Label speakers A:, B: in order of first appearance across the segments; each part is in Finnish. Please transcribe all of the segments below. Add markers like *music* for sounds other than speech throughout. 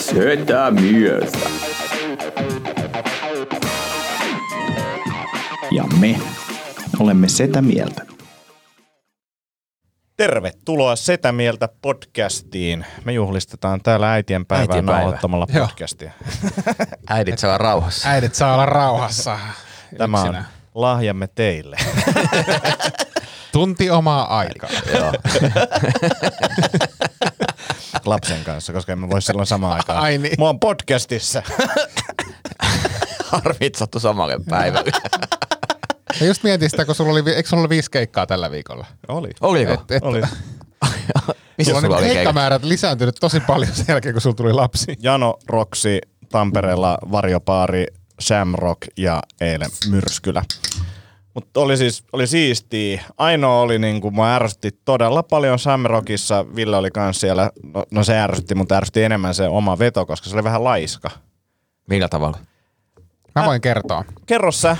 A: Sötä myöstä.
B: Ja me olemme sitä mieltä.
C: Tervetuloa Setä Mieltä podcastiin. Me juhlistetaan täällä äitienpäivää
D: Äitienpäivä.
C: nauhoittamalla
D: Joo.
C: podcastia.
A: Äidit saa olla rauhassa.
D: Äidit saa olla rauhassa.
C: Tämä on
D: Yksinään.
C: lahjamme teille.
D: Tunti omaa aikaa.
C: lapsen kanssa, koska emme voi silloin samaan aikaan.
D: Ai niin.
C: Mua on podcastissa.
A: Harvit sattu samalle päivälle.
D: Ja just mietin sitä, kun sulla oli, vi- eikö sulla ollut viisi keikkaa tällä viikolla?
C: Oli.
A: Oliko?
D: Et, et, *laughs*
C: Oli.
A: Missä
D: sulla on
A: sulla
D: ne
A: oli keikka?
D: keikkamäärät lisääntynyt tosi paljon sen jälkeen, kun sulla tuli lapsi.
C: Jano Roksi, Tampereella varjopaari, Shamrock ja eilen Myrskylä. Mutta oli siis oli siistiä. Ainoa oli niinku, mua ärsytti todella paljon Shamrockissa. Ville oli kans siellä. No, no se ärsytti, mutta ärsytti enemmän se oma veto, koska se oli vähän laiska.
A: Millä tavalla?
D: Mä voin kertoa.
C: Kerro sä.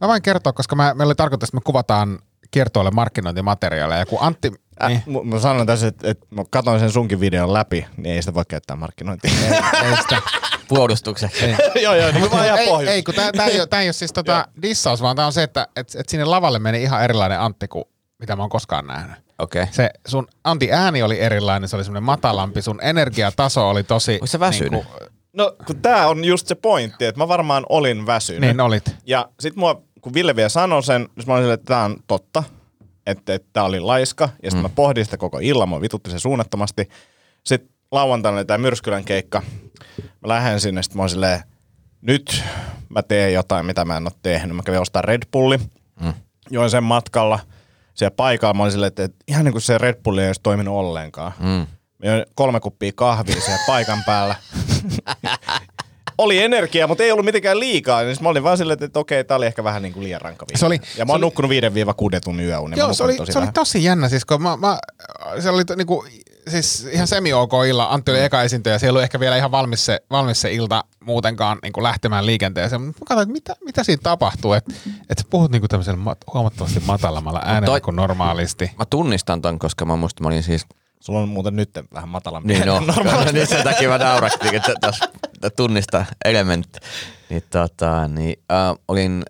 D: Mä voin kertoa, koska mä, meillä oli tarkoitus, että me kuvataan kiertoille markkinointimateriaaleja. Ja kun Antti...
C: Äh, niin. Mä sanon tässä, että, että mä katsoin sen sunkin videon läpi, niin ei sitä voi käyttää markkinointiin.
D: Ei, sitä,
A: Puolustukseksi.
C: *laughs* joo, joo, niin vaan ihan
D: ei,
C: pohjus.
D: ei, kun tää, tää, ei, oo- tää ei ole siis tota dissaus, vaan tää on se, että et, et sinne lavalle meni ihan erilainen Antti kuin mitä mä oon koskaan nähnyt.
A: Okei. Okay.
D: Se sun Antti ääni oli erilainen, se oli semmoinen matalampi, sun energiataso oli tosi...
A: Oliko se väsynyt?
D: niinku-
C: No, kun tää on just se pointti, että mä varmaan olin väsynyt.
D: Niin olit.
C: Ja sit mua, kun Ville vielä sanoi sen, niin mä olin silleen, että tää on totta, että, että tää oli laiska. Ja sitten mm. mä pohdin sitä koko illan, mua vitutti se suunnattomasti. Sitten lauantaina oli tää Myrskylän keikka. Mä lähden sinne, sit mä olin silleen, nyt mä teen jotain, mitä mä en oo tehnyt. Mä kävin ostaa Red Bulli, mm. join sen matkalla. Siellä paikalla mä olin silleen, että, että ihan niin kuin se Red Bulli ei olisi toiminut ollenkaan. Mm. Mä join kolme kuppia kahvia siellä paikan päällä *laughs* oli energiaa, mutta ei ollut mitenkään liikaa. Niin sit mä olin vaan silleen, että okei, tää oli ehkä vähän niin kuin liian rankka viikko.
D: Se oli-
C: ja mä oon
D: se oli-
C: nukkunut 5-6 tunnin yöunen.
D: Joo, se oli, tosi, se oli tosi jännä, siis kun mä, mä, se oli to- niinku, siis ihan semi-ok illa, Antti
C: Mm.
D: oli eka esiintyjä, ja se ei ollut ehkä vielä ihan valmis se, valmis se ilta muutenkaan niinku lähtemään liikenteeseen, mutta mä katsoin, että mitä, mitä siinä tapahtuu, että et sä puhut niinku tämmöisellä mat, huomattavasti matalammalla äänellä
A: toi-
D: kuin normaalisti.
A: Mä tunnistan ton, koska mä muistan, mä olin siis...
C: Sulla on muuten nyt vähän matalampi. *laughs*
A: Niin no,
C: Normaalisti.
A: niin sen takia mä naurastin, että tässä tunnista elementti. Niin tota, niin äh, olin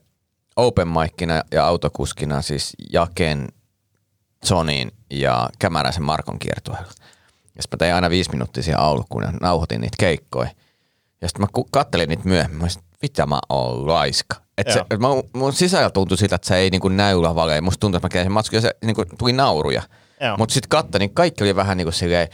A: open micina ja autokuskina siis Jaken, Sonin ja Kämäräisen Markon kiertueella. Ja sit mä tein aina viisi minuuttia siihen alkuun ja nauhoitin niitä keikkoja. Ja sitten mä ku- kattelin niitä myöhemmin, mä olisin, mitä mä oon laiska. Et se,
C: Joo.
A: et mä, mun sisällä tuntui siltä, että se ei niinku näy lavalle. Ja Musta tuntui, että mä käyn sen matskun ja se niinku, tuli nauruja.
C: Joo.
A: Mutta sitten katsoin, niin kaikki oli vähän niinku silleen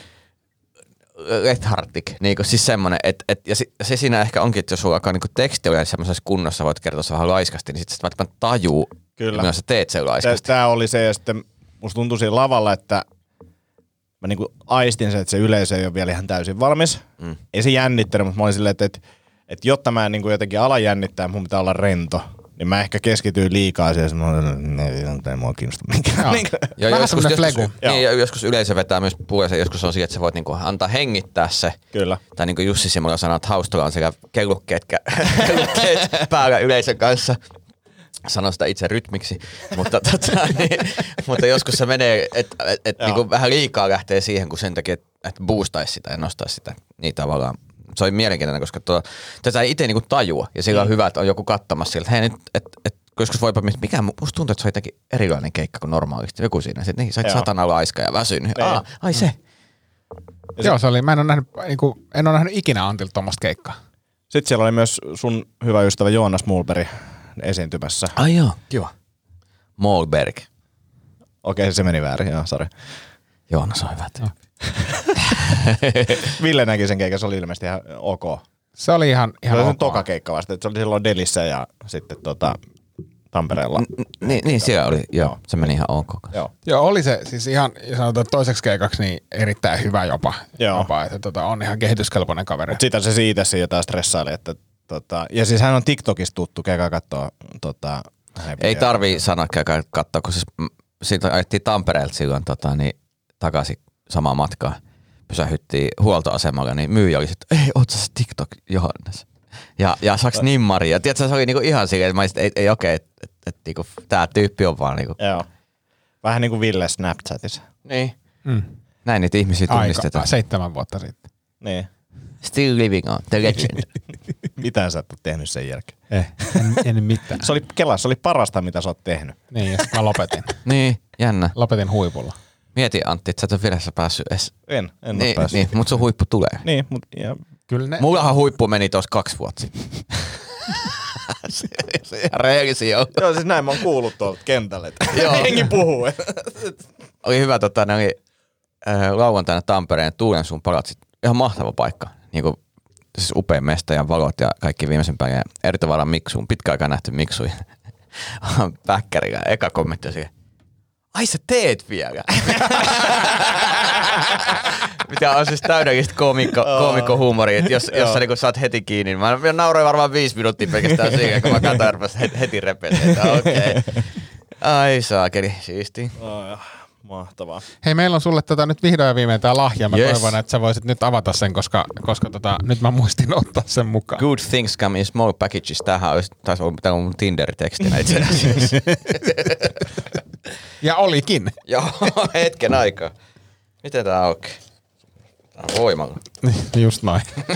A: lethartic. Niinku, siis semmonen, et, et, ja si, se siinä ehkä onkin, että jos sulla alkaa niinku teksti olla semmoisessa kunnossa, voit kertoa se vähän laiskasti, niin sitten sä välttämättä tajuu,
C: Kyllä.
A: milloin sä teet sen laiskasti.
C: Tämä oli se, ja sitten musta tuntui siinä lavalla, että mä niinku aistin sen, että se yleisö ei ole vielä ihan täysin valmis. Mm. Ei se jännittänyt, mutta mä olin silleen, että, että, että jotta mä en niinku jotenkin ala jännittää, mun pitää olla rento. Niin mä ehkä keskityin liikaa siihen, että mä olin, että tämä ei mua kiinnosta Niinku. mikään.
D: Joo.
A: Ja
D: Vähän
A: joskus,
D: semmonen
A: joskus,
D: flegu.
A: niin,
C: Joo.
A: ja joskus yleisö vetää myös puoleensa, joskus on siihen, että sä voit niinku antaa hengittää se.
C: Kyllä.
A: Tai niin kuin Jussi Simola sanoi, että haustola on sekä kellukkeet, kä- *laughs* kellukkeet päällä yleisön kanssa. Sano sitä itse rytmiksi, mutta, *laughs* tota, niin, mutta joskus se menee, että et, et, niin vähän liikaa lähtee siihen, kun sen takia, että et boostaisi sitä ja nostaisi sitä. Niin tavallaan. Se oli mielenkiintoinen, koska tuo, tätä ei itse niinku tajua. Ja
C: Niin.
A: sillä on hyvä, että on joku katsomassa sillä, että hei nyt, et, et, kun joskus voipa miettiä, mikä mu- musta tuntuu, että se on jotenkin erilainen keikka kuin normaalisti. Joku siinä, sitten niin, sä oot
C: Joo.
A: satana laiska ja väsynyt.
C: Niin.
A: Aa, ai se.
C: se-
D: Joo, se oli, mä en ole nähnyt, niinku, en ole nähnyt ikinä Antilta tuommoista keikkaa.
C: Sitten siellä oli myös sun hyvä ystävä Joonas Mulberg esiintymässä.
D: Ah.
A: Ai joo, kiva. Mollberg.
C: Okei, se meni väärin, joo, sori.
A: Joonas on hyvä tyyppi.
C: Ville näki sen keikan, se oli ilmeisesti ihan ok.
D: Se oli ihan,
C: Se
D: ihan
C: oli sen
D: ok.
C: toka keikka vasta, että se oli silloin Delissä ja sitten tota, Tampereella.
A: Niin, niin siellä oli, joo. Se meni ihan ok.
C: Joo.
D: Joo, oli se siis ihan sanotaan toiseksi keikaksi niin erittäin hyvä jopa.
C: Joo.
D: jopa että tota, on ihan kehityskelpoinen kaveri.
C: Mut sitä se siitä siitä stressaili, että tota, ja siis hän on TikTokissa tuttu, käykää katsoa tota, hänen
A: Ei
C: videoita.
A: tarvii sanoa käykää katsoa, kun siis mm, siitä ajettiin Tampereelta silloin tota, niin takaisin samaa matkaa. Pysähyttiin huoltoasemalle, niin myyjä oli sitten, ei, oot sä se TikTok, Johannes? Ja, ja saaks nimmari? Ja tiedätkö, se oli niinku ihan silleen, että mä olisin, että ei, ei okei, okay, että et, niinku, tää tyyppi on vaan niinku.
C: Joo. Vähän niin kuin Ville Snapchatissa.
A: Niin.
D: Mm.
A: Näin niitä ihmisiä
D: Aika,
A: tunnistetaan.
D: seitsemän vuotta sitten.
C: Niin.
A: Still living on, the legend.
C: *laughs* Mitä sä et ole tehnyt sen jälkeen?
D: Eh, en, en mitään.
C: Se oli, Kela, se oli parasta, mitä sä oot tehnyt.
D: niin, ja sit mä lopetin.
A: niin, jännä.
D: Lopetin huipulla.
A: Mieti Antti, että sä et ole virassa päässyt edes.
C: En, en
A: Niin,
C: ole päässyt.
A: niin, mutta sun huippu tulee.
C: Niin, mutta ja,
D: Kyllä ne,
A: Mullahan huippu meni tuossa kaksi vuotta sitten. *laughs* se, se ihan rehellisiä joo.
C: Joo, siis näin mä oon kuullut tuolta kentälle. *laughs*
A: Joo.
C: Hengi puhuu.
A: Oli hyvä, tota, ne oli äh, lauantaina Tampereen Tuulen sun palatsit. Ihan mahtava paikka. Niin kuin, siis upea mesta ja valot ja kaikki viimeisen päälle. Ja eri tavalla miksuun. Pitkäaikaa nähty miksuja. Päkkärillä. Eka kommentti on siihen. Ai sä teet vielä. *laughs* Mitä on siis täydellistä koomikko, koomikko huumoria, että jos, jos sä niinku saat heti kiinni, niin mä, mä nauroin varmaan viisi minuuttia pelkästään siihen, kun mä katsoin, että heti, heti repetin, että okei. Okay. Ai saakeli, siisti.
C: Mahtavaa.
D: Hei, meillä on sulle tota, nyt vihdoin ja viimein tää lahja. Mä yes.
A: Yes.
D: toivon, että sä voisit nyt avata sen, koska, koska tota, nyt mä muistin ottaa sen mukaan.
A: Good things come in small packages. Tämähän olisi, taisi olla tämä on mun Tinder-tekstinä itse *laughs* asiassa.
D: Ja olikin.
A: Joo, hetken aikaa. Miten tää aukeaa? Tää on voimalla.
D: Niin, *laughs* Just noin. *laughs*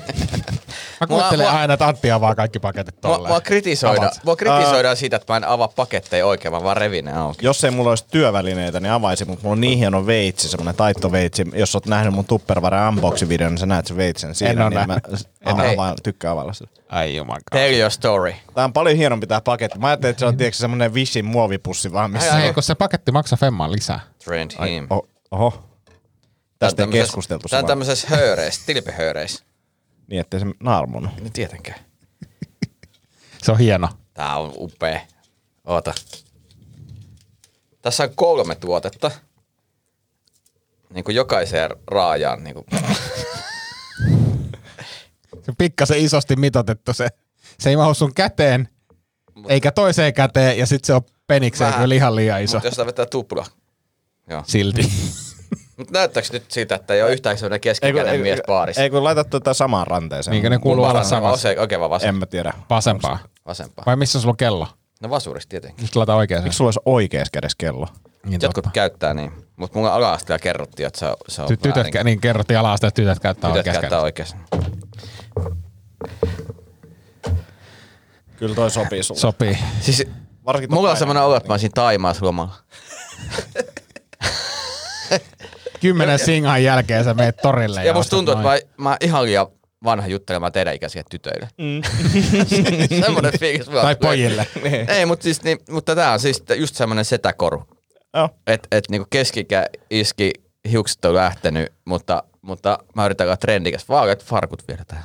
D: Mä kuuntelen
A: mua-
D: aina, että Antti avaa kaikki paketit
A: Mua,
D: tolleen.
A: mua kritisoidaan,
D: Avaat.
A: mua kritisoidaan siitä, että mä en avaa paketteja oikein, vaan vaan revin ne auki.
C: Jos ei mulla olisi työvälineitä, niin avaisin, mutta mulla on niin hieno veitsi, semmonen taittoveitsi. Jos oot nähnyt mun Tupperware unboxing-videon, niin sä näet sen veitsen siinä.
D: oo
C: niin mä,
D: nähnyt.
C: en
A: Okei.
C: avaa, tykkää availla sitä.
D: Ai jumakaan.
A: Tell your story.
C: Tää on paljon hienompi tää paketti. Mä ajattelin, että se on tiedätkö, semmonen visin muovipussi vaan missä.
D: Ei, kun se paketti maksaa femmaa lisää.
A: Trend him.
C: Oho. Oho. Niin. Tästä ei keskusteltu
A: Tämä on
C: suoraan.
A: tämmöisessä *laughs* höyreissä, tilpehöyreissä.
C: Niin, ettei se naarmunut.
A: No tietenkään.
D: Se on hieno.
A: Tää on upea. Oota. Tässä on kolme tuotetta. Niin kuin jokaiseen raajaan. Niin kuin.
D: Se on pikkasen isosti mitotettu se. Se ei mahu sun käteen, eikä toiseen käteen, ja sit se on penikseen
A: Vähän.
D: kyllä ihan liian iso.
A: Mutta jos tää vetää tupla. Joo.
D: Silti.
A: Mutta näyttääks nyt siitä, että ei ole yhtään semmoinen keskikäinen mies baarissa?
C: Ei kun laita tuota samaan ranteeseen.
D: Niinkö ne kuuluu olla samassa?
A: Oikein, oikein vaan vasen,
C: En mä tiedä.
D: *laughs* Vasempaa.
A: vasempaa.
D: Vai missä on sulla kello?
A: No vasurista tietenkin.
D: Nyt laita oikeaan.
C: Eikö sulla olisi oikeassa kädessä kello?
D: Niin
A: Jotkut
D: totta.
A: käyttää niin. Mutta mulla ala-asteella kerrottiin, että se on, se on
D: Ty- tytöt,
A: väärin.
D: kä- niin kerrottiin ala että tytöt käyttää
A: Tytöt
D: oikeassa
A: käyttää
D: kädessä.
A: oikeassa.
C: Kyllä toi sopii sulle.
D: Sopii.
A: Siis
C: Varsinkin
A: mulla on
C: totta
A: semmoinen olo, että mä olisin Taimaassa lomalla.
D: Kymmenen singan jälkeen sä meet torille.
A: Ja musta
D: ostat
A: tuntuu, että
D: noin.
A: mä, mä oon ihan liian vanha juttelemaan teidän ikäisille tytöille. *laughs*
D: *laughs*
A: Mm. semmoinen fiilis. mulla
D: Tai
A: tulee.
D: pojille.
A: Ei, mutta siis, *laughs* niin, mutta tää on siis just semmoinen setäkoru.
C: Joo.
A: Että et, niinku keskikä iski, hiukset on lähtenyt, mutta, mutta mä yritän olla trendikäs. Vaaleat farkut vielä tähän.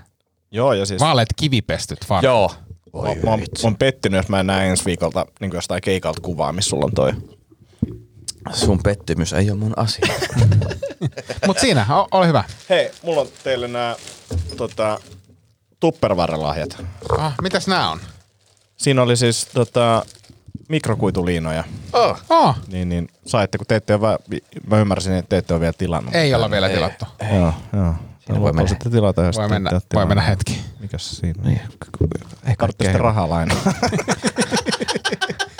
C: Joo, ja siis mä,
D: Vaaleat kivipestyt vaan.
A: Joo.
C: Oh. mä, oon, mä oon pettynyt, että mä en näe ensi viikolta niin jostain keikalta kuvaa, missä sulla on toi.
A: Sun pettymys ei ole mun asia.
D: Mut siinä, o- ole hyvä.
C: Hei, mulla on teille nämä tota, Tupperware-lahjat.
D: Ah, mitäs nää on?
C: Siinä oli siis tota, mikrokuituliinoja.
D: Oh,
C: Niin, niin saitte, kun teitte jo vä- mä ymmärsin, että teitte on vielä tilannut.
D: ei olla vielä tilattu.
C: Joo, joo.
A: voi
C: Voi mennä.
A: mennä.
C: Sitten tilata, jos
D: Voi
C: te
D: mennä,
C: ette ole
D: voi
C: tilannut.
D: mennä hetki.
C: Mikäs siinä? on?
A: Niin. Ei
C: Tarvitsee
A: kaikkea.
C: sitten rahaa lainaa.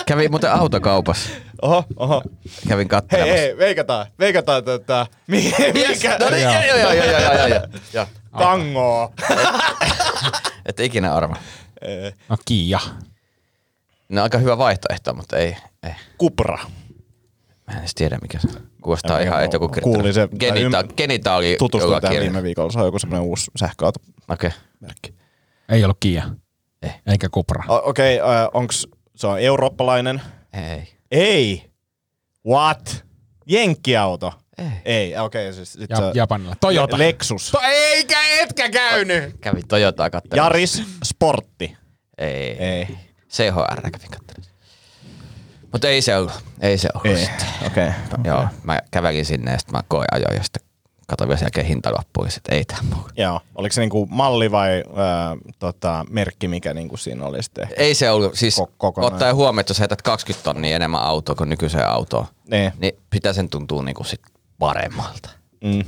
A: Kävin muuten autokaupassa.
C: *laughs* oho, oho.
A: Kävin
C: Hei,
A: kattelemassa.
C: hei, veikataan, veikataan tätä mikä
A: No niin, joo, joo, joo, joo, joo, joo, joo,
C: *laughs*
A: joo.
C: tangoa.
A: Et ikinä arva.
D: No Kiia.
A: No aika hyvä vaihtoehto, mutta ei, ei.
C: Kupra.
A: Mä en edes tiedä mikä se on. Kuulostaa
C: En mä
A: ihan,
C: tiedä,
A: että joku
C: mä kuulin sen-
A: kirjoittanut. Genita-
C: mä ym-
A: genitaali
C: Tutustuin tähän
A: kielellä.
C: viime viikolla, se on joku semmoinen uusi sähköautomerkki.
A: Okei.
D: Ei ollut Kiia.
A: Eh.
D: Eikä Kupra.
A: Oh.
C: O- Okei, okay, onks se on eurooppalainen?
A: Ei.
C: Ei. What? Jenkkiauto?
A: Ei.
C: Ei, okei. Okay, siis, sit
D: Ja,
C: se-
D: Japanilla. Toyota.
C: Lexus.
D: to- eikä etkä käynyt.
A: Kävin Toyotaa kattelemassa.
C: Jaris Sportti.
A: Ei.
C: Ei.
A: CHR kävin kattelemassa. Mutta ei se ollut. Ei se ollut.
C: Ei.
A: sitten.
C: Okei.
A: Joo, mä kävelin sinne ja sitten mä koe ajoin ja sitten katsoin vielä sen jälkeen hinta loppui ja sitten ei tämä muu.
C: Joo. Oliko se niinku malli vai ää, tota, merkki, mikä niinku siinä oli sitten?
A: Ei se ollut, siis
C: Ko- kokonaan.
A: ottaen huomioon, että jos heität 20 tonnia enemmän autoa kuin nykyiseen autoon,
C: Niin.
A: niin pitää sen tuntua niinku sit paremmalta.
C: Mm.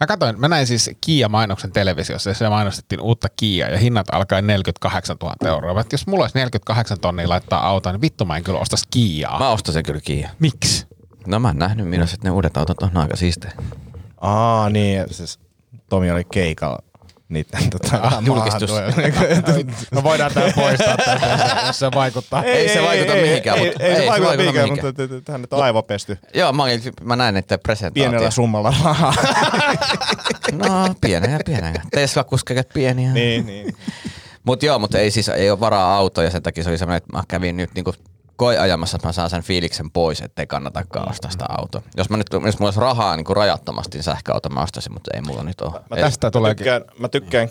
D: Mä katsoin, mä näin siis Kia-mainoksen televisiossa, ja se mainostettiin uutta Kiaa, ja hinnat alkaa 48 000 euroa. Mä, että jos mulla olisi 48 tonnia laittaa autoon, niin vittu mä en kyllä ostais Kiaa.
C: Ah.
A: Mä ostan sen kyllä kiinni.
D: Miksi?
A: No mä en nähnyt, millaiset ne uudet autot on ne on aika siistejä.
C: Aa, niin. Siis Tomi oli keikalla niiden tota, *laughs* Niin
A: julkistus.
D: Me voidaan tämä poistaa tästä, jos se vaikuttaa.
A: Ei se vaikuta mihinkään,
C: Ei,
A: mutta-
C: ei, ei se vaikuta mihinkään,
A: mihinkään.
C: mutta t- t- hän nyt on aivopesty
A: Joo, mä, olin, mä näin, että presentaatio.
C: pienellä summalla rahaa.
A: No, pienenä, pienenä. Tesla-kuskelet
C: *laughs*
A: pieniä.
C: niin, niin.
A: Mutta joo, mutta ei siis ei ole varaa autoa ja sen takia se oli semmoinen, että mä kävin nyt niinku koeajamassa, että mä saan sen fiiliksen pois, ettei
D: Mm.
A: kannatakaan ostaa sitä autoa. Jos, mä nyt, jos mulla olisi rahaa niin kuin rajattomasti niin sähköauto mä ostaisin, mutta ei mulla nyt ole.
C: Mä
A: Ei-
D: Tästä
C: Mä
D: tuleekin.
C: tykkään, mä tykkään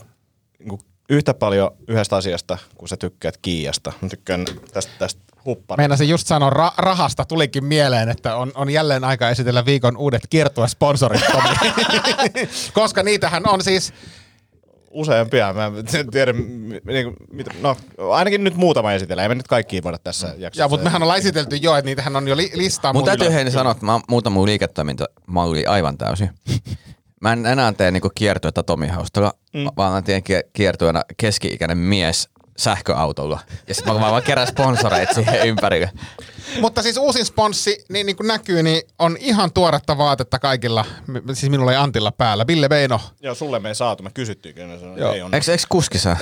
C: niinku yhtä paljon yhdestä asiasta, kuin sä tykkäät Kiiasta. Mä tykkään tästä, tästä hupparista.
D: Meinasin just sanoa ra- rahasta, tulikin mieleen, että on, on jälleen aika esitellä viikon uudet kiertuesponsorit, Tomi. *laughs* Koska niitähän on siis,
C: Useampia. Mä en tiedä, niin, mitä, no ainakin nyt muutama esitellä. Ei me nyt kaikkia voida tässä jaksossa.
D: ja, mutta mehän ollaan esitelty jo, että niitähän on jo li- listaa.
A: Mun täytyy
D: mulla.
A: heille sanoa, että mä muutama mun liiketoiminta mauli
D: *laughs*
A: aivan täysin. Mä en enää tee niinku kiertuetta Tomi Haustolla, mm. vaan mä teen kie- kiertueena keski-ikäinen mies sähköautolla. Ja sit mä vaan vaan kerään sponsoreita siihen ympärille.
D: Mutta siis uusin sponssi, niin, niin kuin näkyy, niin on ihan tuoretta vaatetta kaikilla, m- siis minulla ei Antilla päällä. Ville Veino,
C: Joo, sulle me ei saatu. Mä kysyttiin kyllä. Sanoin,
D: Joo.
C: Joo. Ei on.
A: Eiks, eiks kuski saa?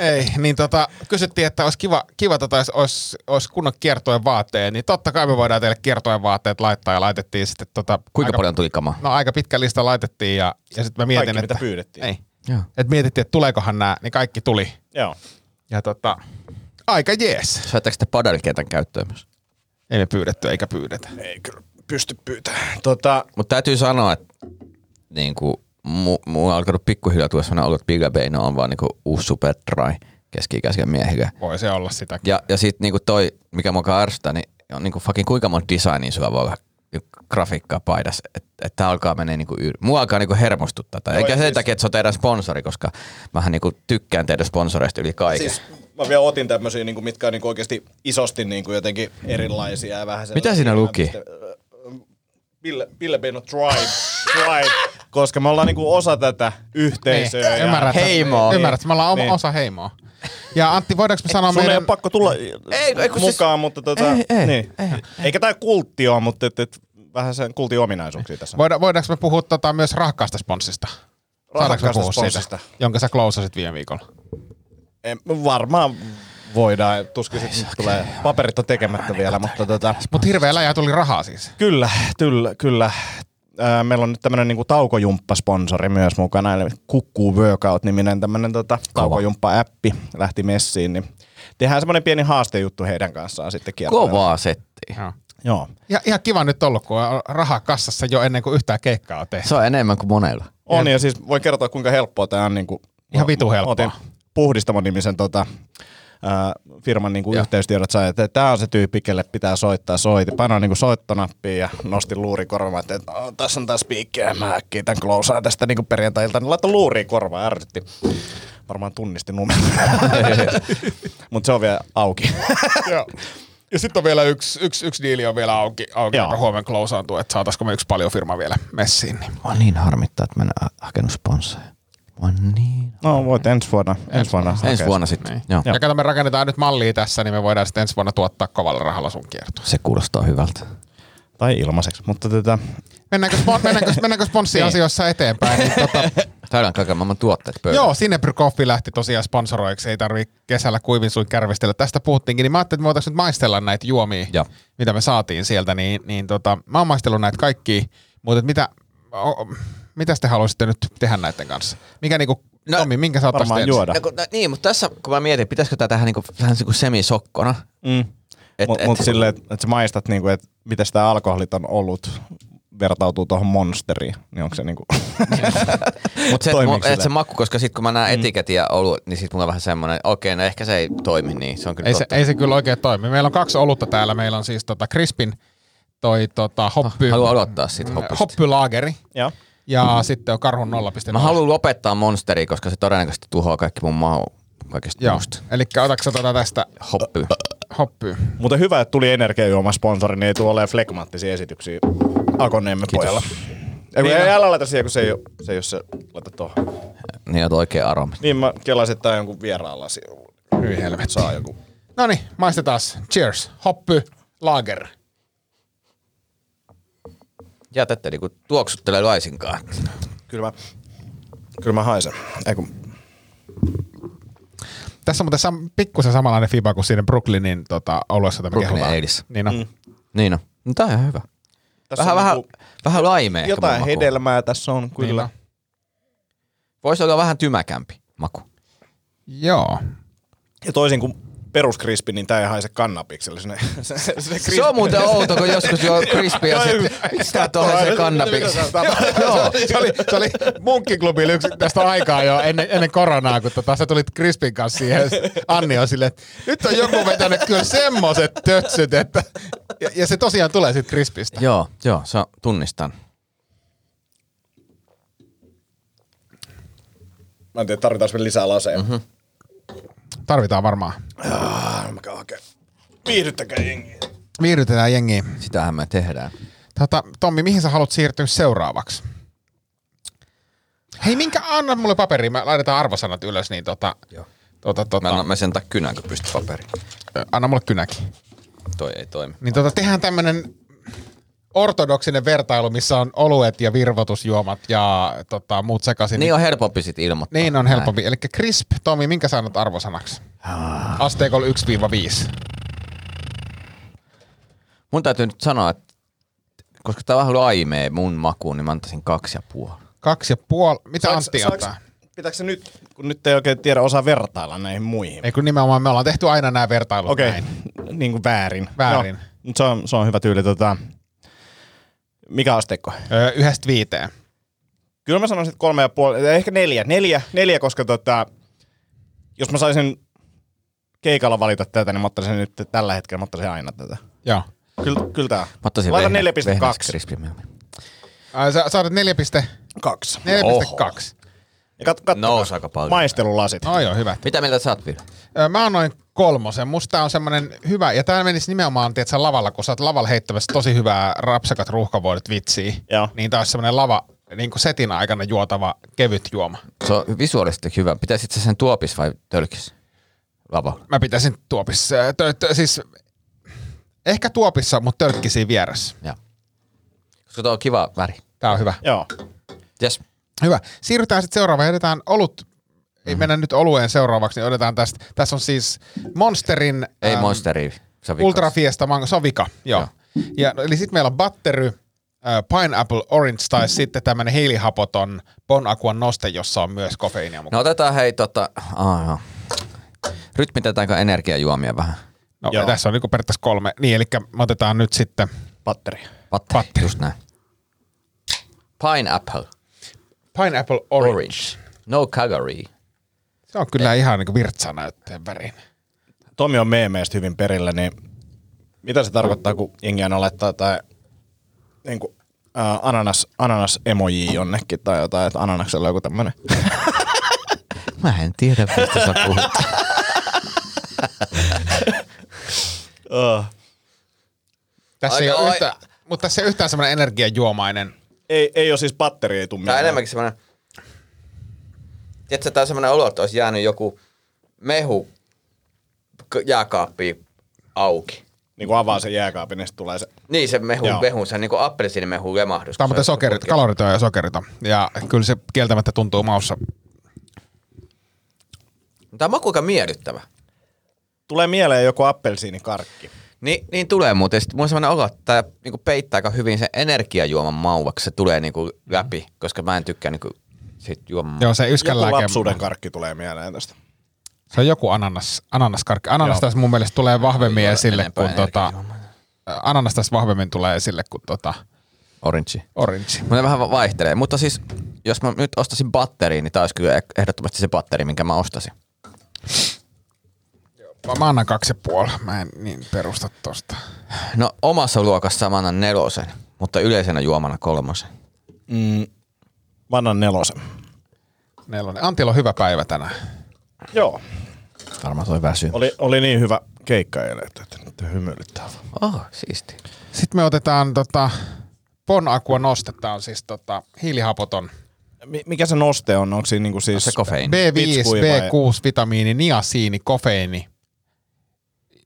D: ei, niin tota, kysyttiin, että olisi kiva, kiva tota, jos olisi, olisi kunnon kiertojen vaatteen, niin totta kai me voidaan teille kiertojen vaatteet laittaa ja laitettiin sitten tota,
A: Kuinka
D: aika,
A: paljon tuli kamaa?
D: No aika pitkä lista laitettiin ja, ja sitten mä mietin,
C: Kaikki,
D: että
C: mitä pyydettiin.
D: Ei.
A: Joo.
D: Et mietittiin, että tuleekohan nämä, niin kaikki tuli.
C: Joo.
D: Ja tota, aika jees.
A: Saatteko te padelkentän käyttöön myös?
D: Ei me pyydetty eikä pyydetä.
C: Ei kyllä pysty pyytämään. Tota,
A: Mutta täytyy sanoa, että niin kuin, mu, mulla on alkanut pikkuhiljaa tuossa sellainen olo, että Big Beino on vaan niin kuin uusi superdry keski-ikäisille miehille.
D: Voi se olla sitäkin.
A: Ja, ja sitten niinku toi, mikä mua ärsyttää, niin on niinku fucking kuinka monta designia sulla voi olla niinku grafiikkaa paidassa, että et tää alkaa menee niinku yr... Mua alkaa niinku hermostuttaa tätä. Eikä
C: ja
A: sen
C: siis-
A: takia, että se on teidän sponsori, koska mähän niinku tykkään teidän sponsoreista yli kaiken. Siis,
C: siis mä vielä otin tämmöisiä, niinku, mitkä on niinku oikeasti isosti niinku jotenkin erilaisia. Ja vähän sellaisia-
A: siinä luki?
C: Äh, Ville, Ville Beno Tribe.
A: *laughs*
C: tribe. Koska me ollaan niinku osa tätä yhteisöä.
D: Niin,
C: ja-
D: ymmärrät,
A: heimoa.
D: Ymmärrät, me ollaan
C: Niin.
D: oma osa heimoa. Ja Antti, voidaanko me sanoa
C: Sun meidän... ei
D: meidän...
C: ole pakko tulla
A: Ei, ei, kun siis-
C: mukaan, mutta tota,
A: Ei, ei,
C: niin.
A: ei.
C: eikä tämä kultti ole, mutta et, et, vähän sen kultin ominaisuuksia tässä. on.
D: Voida, voidaanko me puhua tota, myös rahkaasta sponssista? Saadaanko me
C: Rahkaasta
D: puhua siitä,
C: sponssista?
D: jonka sä klousasit viime viikolla?
C: Em, varmaan voidaan, tuskin sit tulee, paperit on tekemättä vielä, mutta tota,
D: Mutta hirveä läjä tuli rahaa siis.
C: kyllä, kyllä, kyllä. Ää, Meillä on nyt tämmöinen niinku taukojumppa-sponsori myös mukana, eli Kukkuu Workout-niminen tämmöinen tota, taukojumppa-appi lähti messiin, niin tehdään semmoinen pieni haastejuttu heidän kanssaan sitten kiertoilla.
A: Kovaa setti.
D: Joo.
C: Joo.
D: Ja ihan kiva nyt ollut, kun on rahaa kassassa jo ennen kuin yhtään keikkaa on tehty.
A: Se on enemmän kuin monella.
C: On, ja siis voin kertoa, kuinka helppoa tämä on. Niin kuin,
D: Ihan vitu helppoa.
C: Otin Puhdistamo-nimisen tota, ää, firman niin kuin yhteystiedot sai, että tämä on se tyyppi, kelle pitää soittaa. Soiti, painoin niin kuin soittonappia ja nostin luuri korvaan, että "Oh, tässä on tämä spiikki ja mä äkkiä tämän klousaan tästä niin perjantai niin laita luuri korvaan, ärsytti. Varmaan tunnisti *laughs* numeron. Mutta se on vielä auki.
D: Joo. Ja sitten on vielä yksi, yksi, yksi diili on vielä auki, auki
C: Joo.
D: joka huomenna klousaantuu, että saataisiko me yksi paljon firma vielä messiin. Niin.
A: Mä niin harmittaa, että mä en ha- hakenut sponsoria. Mä oon niin...
C: No voit ensi vuonna. Ensi vuonna.
A: Ensi
C: hakea
A: vuonna sitten. Niin. Joo.
D: Ja kato, me rakennetaan nyt mallia tässä, niin me voidaan sitten ensi vuonna tuottaa kovalla rahalla sun kiertua.
A: Se kuulostaa hyvältä.
C: sitä. Tai ilmaiseksi. Mutta tota, tätä,
D: Mennäänkö, spon, mennäänkö, mennäänkö sponssiasioissa eteenpäin? Niin, tota,
A: Saadaan kaiken maailman tuotteet pöydälle.
D: Joo, Sinebry Coffee lähti tosiaan sponsoroiksi, ei tarvii kesällä kuivin suin kärvistellä. Tästä puhuttiinkin, niin mä ajattelin, että me voitaisiin nyt maistella näitä juomia,
A: Joo.
D: mitä me saatiin sieltä. Niin, niin tota, mä oon maistellut näitä kaikki, mutta et mitä, o, mitäs te haluaisitte nyt tehdä näiden kanssa? Mikä niinku, no,
A: No,
D: Tommi, minkä sä ottaisit
C: varmaan
D: ensin?
C: juoda.
A: Ja kun, niin, mutta tässä kun mä mietin, pitäisikö tää tehdä niinku, vähän niinku semisokkona.
C: Mm.
A: Et-
C: Mutta
A: et-
C: mut silleen, että et sä maistat, niinku, että miten tämä
A: *laughs*
C: alkoholit on ollut vertautuu tuohon monsteriin, niin onko se niinku...
A: Mutta se,
C: Toimiiko
A: mu- et
C: sillä?
A: se makku, koska sitten kun mä näen etiketin ja olut, niin sitten mulla on vähän semmoinen, okei, no ehkä se ei toimi niin. Se on kyllä
D: Ei se,
A: totta.
D: ei se kyllä oikein toimi. Meillä on kaksi olutta täällä. Meillä on siis tota Crispin toi tota hoppy,
A: Ah, Haluan aloittaa
D: Mm.
A: siitä hoppista.
D: hoppylaageri
C: Joo.
D: ja sitten on karhun 0.0.
A: Mä haluan lopettaa Monsteri, koska se todennäköisesti tuhoaa kaikki mun mahu kaikesta
D: Joo.
A: muusta.
D: Eli otatko tota tästä
A: Hoppy.
D: hoppy?
C: Mutta hyvä, että tuli energiajuoma sponsori, niin ei tule olemaan flekmaattisia esityksiä Akoneemme pojalla. Ei, niin, ei, älä laita siihen, kun se ei ole se, ei ole se laita tuohon.
A: Niin on oikea aromi.
C: Niin mä kelasin, että tää on jonkun vieraan lasi.
D: Hyi helvetti.
C: Saa joku.
D: No niin, maistetaan. Cheers. Hoppy lager.
A: Ja tätä niinku tuoksuttele laisinkaan.
C: Kyllä mä, kyllä mä haisen. Ei kun,
D: Tässä on muuten sam- pikkusen samanlainen fiba kuin siinä Brooklynin tota, oluessa. jota me
A: Brooklyn
D: kehutaan.
A: Ales.
D: Niin on. Mm.
A: Niin on. No tää on ihan hyvä.
C: tässä
A: Vähän,
C: on
A: vähän,
C: niinku
A: vähän laimea ehkä mun
C: jotain
A: maku. Niin
C: hedelmää tässä on kyllä.
D: on.
A: Voisi olla vähän tymäkämpi maku.
D: Joo.
C: Ja toisin kuin peruskrispi, niin tää ei haise kannabikselle. Sinne, se, se, krispi-
A: Se on muuten outo, kun joskus jo krispiä ja sitten, miksi tää tuohon se kannabis? *laughs* Joo.
D: se, oli, se oli munkkiklubilla yksi tästä on aikaa jo ennen, ennen koronaa, kun tota, sä tulit Crispin kanssa siihen. Anni on silleen, että nyt on joku vetänyt kyllä semmoset tötsyt, että... Ja, ja se tosiaan tulee sitten Crispistä.
A: Joo, joo, se on- tunnistan.
C: Mä en tiedä, tarvitaanko me lisää laseja. Mm-hmm.
D: Tarvitaan varmaan.
C: Ah, Mä käyn hakemaan. Viihdyttäkää jengiä.
D: Viihdytetään jengiä.
A: Sitähän me tehdään.
D: Tota, Tommi, mihin sä haluat siirtyä seuraavaksi? Hei, minkä anna mulle paperi, mä laitetaan arvosanat ylös, niin tota, tota,
A: Mä
D: tota,
A: annan mä sen tää kynän, kun pystyt paperi.
D: anna mulle kynäkin.
A: Toi ei toimi.
D: Niin tota, tehdään tämmönen ortodoksinen vertailu, missä on oluet ja virvotusjuomat ja tota, muut sekaisin.
A: Niin on helpompi sit ilmoittaa.
D: niin on helpompi. Eli crisp, Tomi, minkä sä annat arvosanaksi? Asteikolla 1-5.
A: Mun täytyy nyt sanoa, että koska tää on vähän laimee mun makuun, niin mä antaisin kaksi ja puoli.
D: Kaksi ja puoli. Mitä
C: Saaks-
D: Antti
C: saaks-
D: antaa?
C: Pitääkö se nyt, kun nyt ei oikein tiedä osaa vertailla näihin muihin?
D: Ei kun nimenomaan me ollaan tehty aina nämä vertailut
C: Okei,
D: näin.
C: niin kuin väärin.
D: Väärin.
C: Joo, mut se, on, se on hyvä tyyli. Tota, mikä asteikko?
D: Öö, yhdestä viiteen.
C: Kyllä mä sanoisin, että kolme ja puoli, ehkä neljä. Neljä, neljä koska tota, jos mä saisin keikalla valita tätä, niin mä ottaisin nyt tällä hetkellä, mä ottaisin aina tätä.
D: Joo.
C: Kyllä, kyllä tää.
A: Mä ottaisin
C: Laita
A: vehnä-
C: 4,2.
A: vehnäskrispi mieluummin.
D: Ai, sä saadat 4,2.
C: Kaksi. Ja kat, kat,
A: Nousi aika paljon.
C: Maistelulasit.
D: No joo, hyvä.
A: Mitä mieltä sä oot, Ville?
D: Ö, Mä annoin kolmosen. Musta tää on semmonen hyvä, ja tää menisi nimenomaan, tiedätkö, lavalla, kun sä oot lavalla heittämässä tosi hyvää rapsakat ruuhkavuodet vitsiä,
C: Joo.
D: niin tää on semmonen lava, niin kuin setin aikana juotava kevyt juoma.
A: Se on visuaalisesti hyvä. Pitäisit sä sen tuopis vai tölkis? Lavalla.
D: Mä pitäisin tuopissa, ö, tö, tö, siis ehkä tuopissa, mutta tölkkisiä vieressä.
A: Joo. Koska tuo on kiva väri.
D: Tää on hyvä.
C: Joo.
A: Jes.
D: Hyvä. Siirrytään sitten seuraavaan. Odotetaan olut. Ei mennä nyt olueen seuraavaksi, niin odotetaan tästä. Tässä on siis Monsterin...
A: Ei
D: äm,
A: monsteri. Se on vikas.
D: Ultra Fiesta Mango, se on vika, joo. Ja, no, eli sitten meillä on battery, äh, Pineapple Orange tai sitten tämmöinen hiilihapoton Bon Aquan noste, jossa on myös kofeiinia mukana.
A: No otetaan hei tota... Ah, no. Rytmitetäänkö energiajuomia vähän?
D: No,
C: joo.
D: no tässä on niinku periaatteessa kolme. Niin, eli me otetaan nyt sitten
C: Patteri.
A: Patteri.
D: Patteri.
A: Just näin. Pineapple.
D: Pineapple Orange.
A: Orange. No calorie.
D: Se on kyllä ihan niinku virtsanäytteen värin.
C: Tomi on meemeistä hyvin perillä, niin mitä se tarkoittaa, kun jengi aina laittaa tai niin kuin, äh, ananas, ananas emoji jonnekin tai jotain, että ananaksella on joku tämmönen.
A: Mä en tiedä, mistä sä puhut.
D: Tässä ei
A: Aika-
D: ole
A: ai-
D: yhtä, mutta tässä ei ole yhtään semmoinen energiajuomainen.
C: ei, ei ole siis patteri, ei tule
A: Tää on
C: mieleen.
A: enemmänkin semmoinen... Tiedätkö, tää on semmoinen olo, että olisi jäänyt joku mehu k- jääkaappiin auki.
C: Niin kun avaa sen jääkaapin, niin sit tulee se.
A: Niin, se mehu,
C: Joo.
A: mehu se niinku appelsiinimehu lemahdus.
D: Tämä on muuten sokerit, kaloriton ja sokerita. Ja kyllä se kieltämättä tuntuu maussa.
A: Tämä maku aika miellyttävä.
C: Tulee mieleen joku appelsiinikarkki.
A: Niin, niin tulee muuten. Sitten mulla on sellainen olo, että tämä niinku peittää aika hyvin sen energiajuoman mauvaksi. Se tulee niinku läpi, koska mä en tykkää niinku siitä juoman
D: Joo, se
C: Joku
D: yskänlääke.
C: lapsuuden karkki tulee mieleen tästä.
D: Se on joku ananas, ananaskarkki. Ananas tässä mun mielestä tulee vahvemmin
A: ole
D: esille
A: enempää
D: kuin tota, ananas tässä vahvemmin tulee esille kuin tota
A: Orange.
D: orange.
A: Mutta ne vähän va- vaihtelee. Mutta siis jos mä nyt ostasin batteriin, niin tää olisi kyllä ehdottomasti se batteri, minkä mä ostasin.
D: Mä- Mä annan kaksi ja puoli. Mä en niin perusta tosta.
A: No omassa luokassa mä annan nelosen, mutta yleisenä juomana kolmosen.
C: Mä annan nelosen.
D: Nelonen. Antilla on hyvä päivä tänään.
C: Joo.
A: Varmaan toi väsymys.
C: Oli, oli niin hyvä keikka eilen, että, että nyt hymyilyttää. vaan.
A: Oh, siisti.
D: Sitten me otetaan tota, Bon Aqua nostetta on siis tota, hiilihapoton
C: Mi- Mikä se noste on? Onko siinä niinku siis...
A: Se kofeiini.
D: B5,
C: Pitskui vai-
D: B6, vitamiini, niasiini, kofeiini.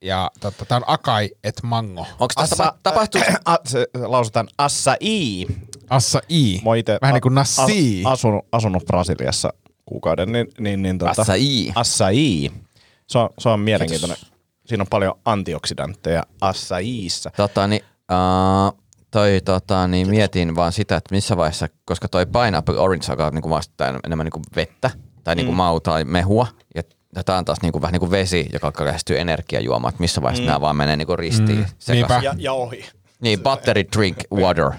D: Ja tota, tää on akai et mango.
A: Onko tässä tapa- tapahtuu?
C: *clears throat* A, se, se lausutaan assai.
D: Assa i.
C: Mä oon ite
D: Vähän
C: a-
D: niin kuin nassi.
C: a- asunut, asunut Brasiliassa kuukauden, niin, niin, niin tota,
A: Acai.
C: Assai. Se on, se on mielenkiintoinen. Siinä on paljon antioksidantteja assaiissa.
A: Tota, niin, uh, toi, tota, niin mietin vaan sitä, että missä vaiheessa, koska toi pineapple orange alkaa niinku vastaa enemmän niinku vettä tai niinku mm. mau tai mehua. Ja, ja tää on taas niinku, vähän niin kuin vesi, joka alkaa lähestyä energiajuomaan, että missä vaiheessa mm. nämä vaan menee niinku ristiin. Mm.
D: Niinpä.
C: Ja, ja ohi.
A: Niin, battery drink water.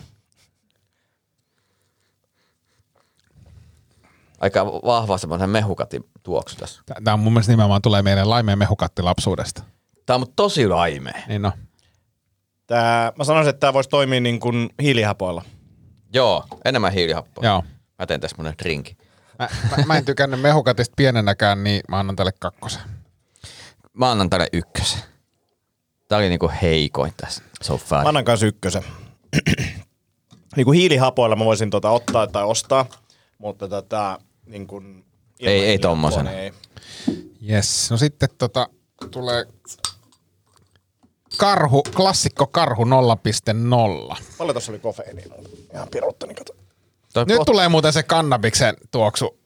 A: Aika vahva semmoinen mehukatin tuoksu tässä.
D: Tää- Tää on mun mielestä nimenomaan tulee meidän laimeen mehukatti lapsuudesta.
A: Tää on mut tosi laimea.
D: Niin no.
C: Tää, mä sanoisin, että tämä voisi toimia niin kuin hiilihapoilla.
A: Joo, enemmän hiilihappoa.
D: Joo.
A: Mä teen tässä semmonen drinki.
D: Mä, mä, mä en tykännyt mehukatista pienenäkään, niin mä annan tälle kakkosen.
A: Mä annan tälle ykkösen. Tää oli niinku heikoin tässä so far.
C: Mä annan kanssa ykkösen. *clears throat* niin kuin hiilihapoilla mä voisin tota ottaa tai ostaa, mutta tota, niin kuin
A: Ei- ei tommosena.
C: Ei.
D: Yes. No sitten tota, tulee karhu, klassikko karhu 0.0.
C: Paljon tossa oli kofeiinia? Ihan piruutta, niin kato.
A: Toi
D: Nyt
A: pot-
D: tulee muuten se kannabiksen tuoksu.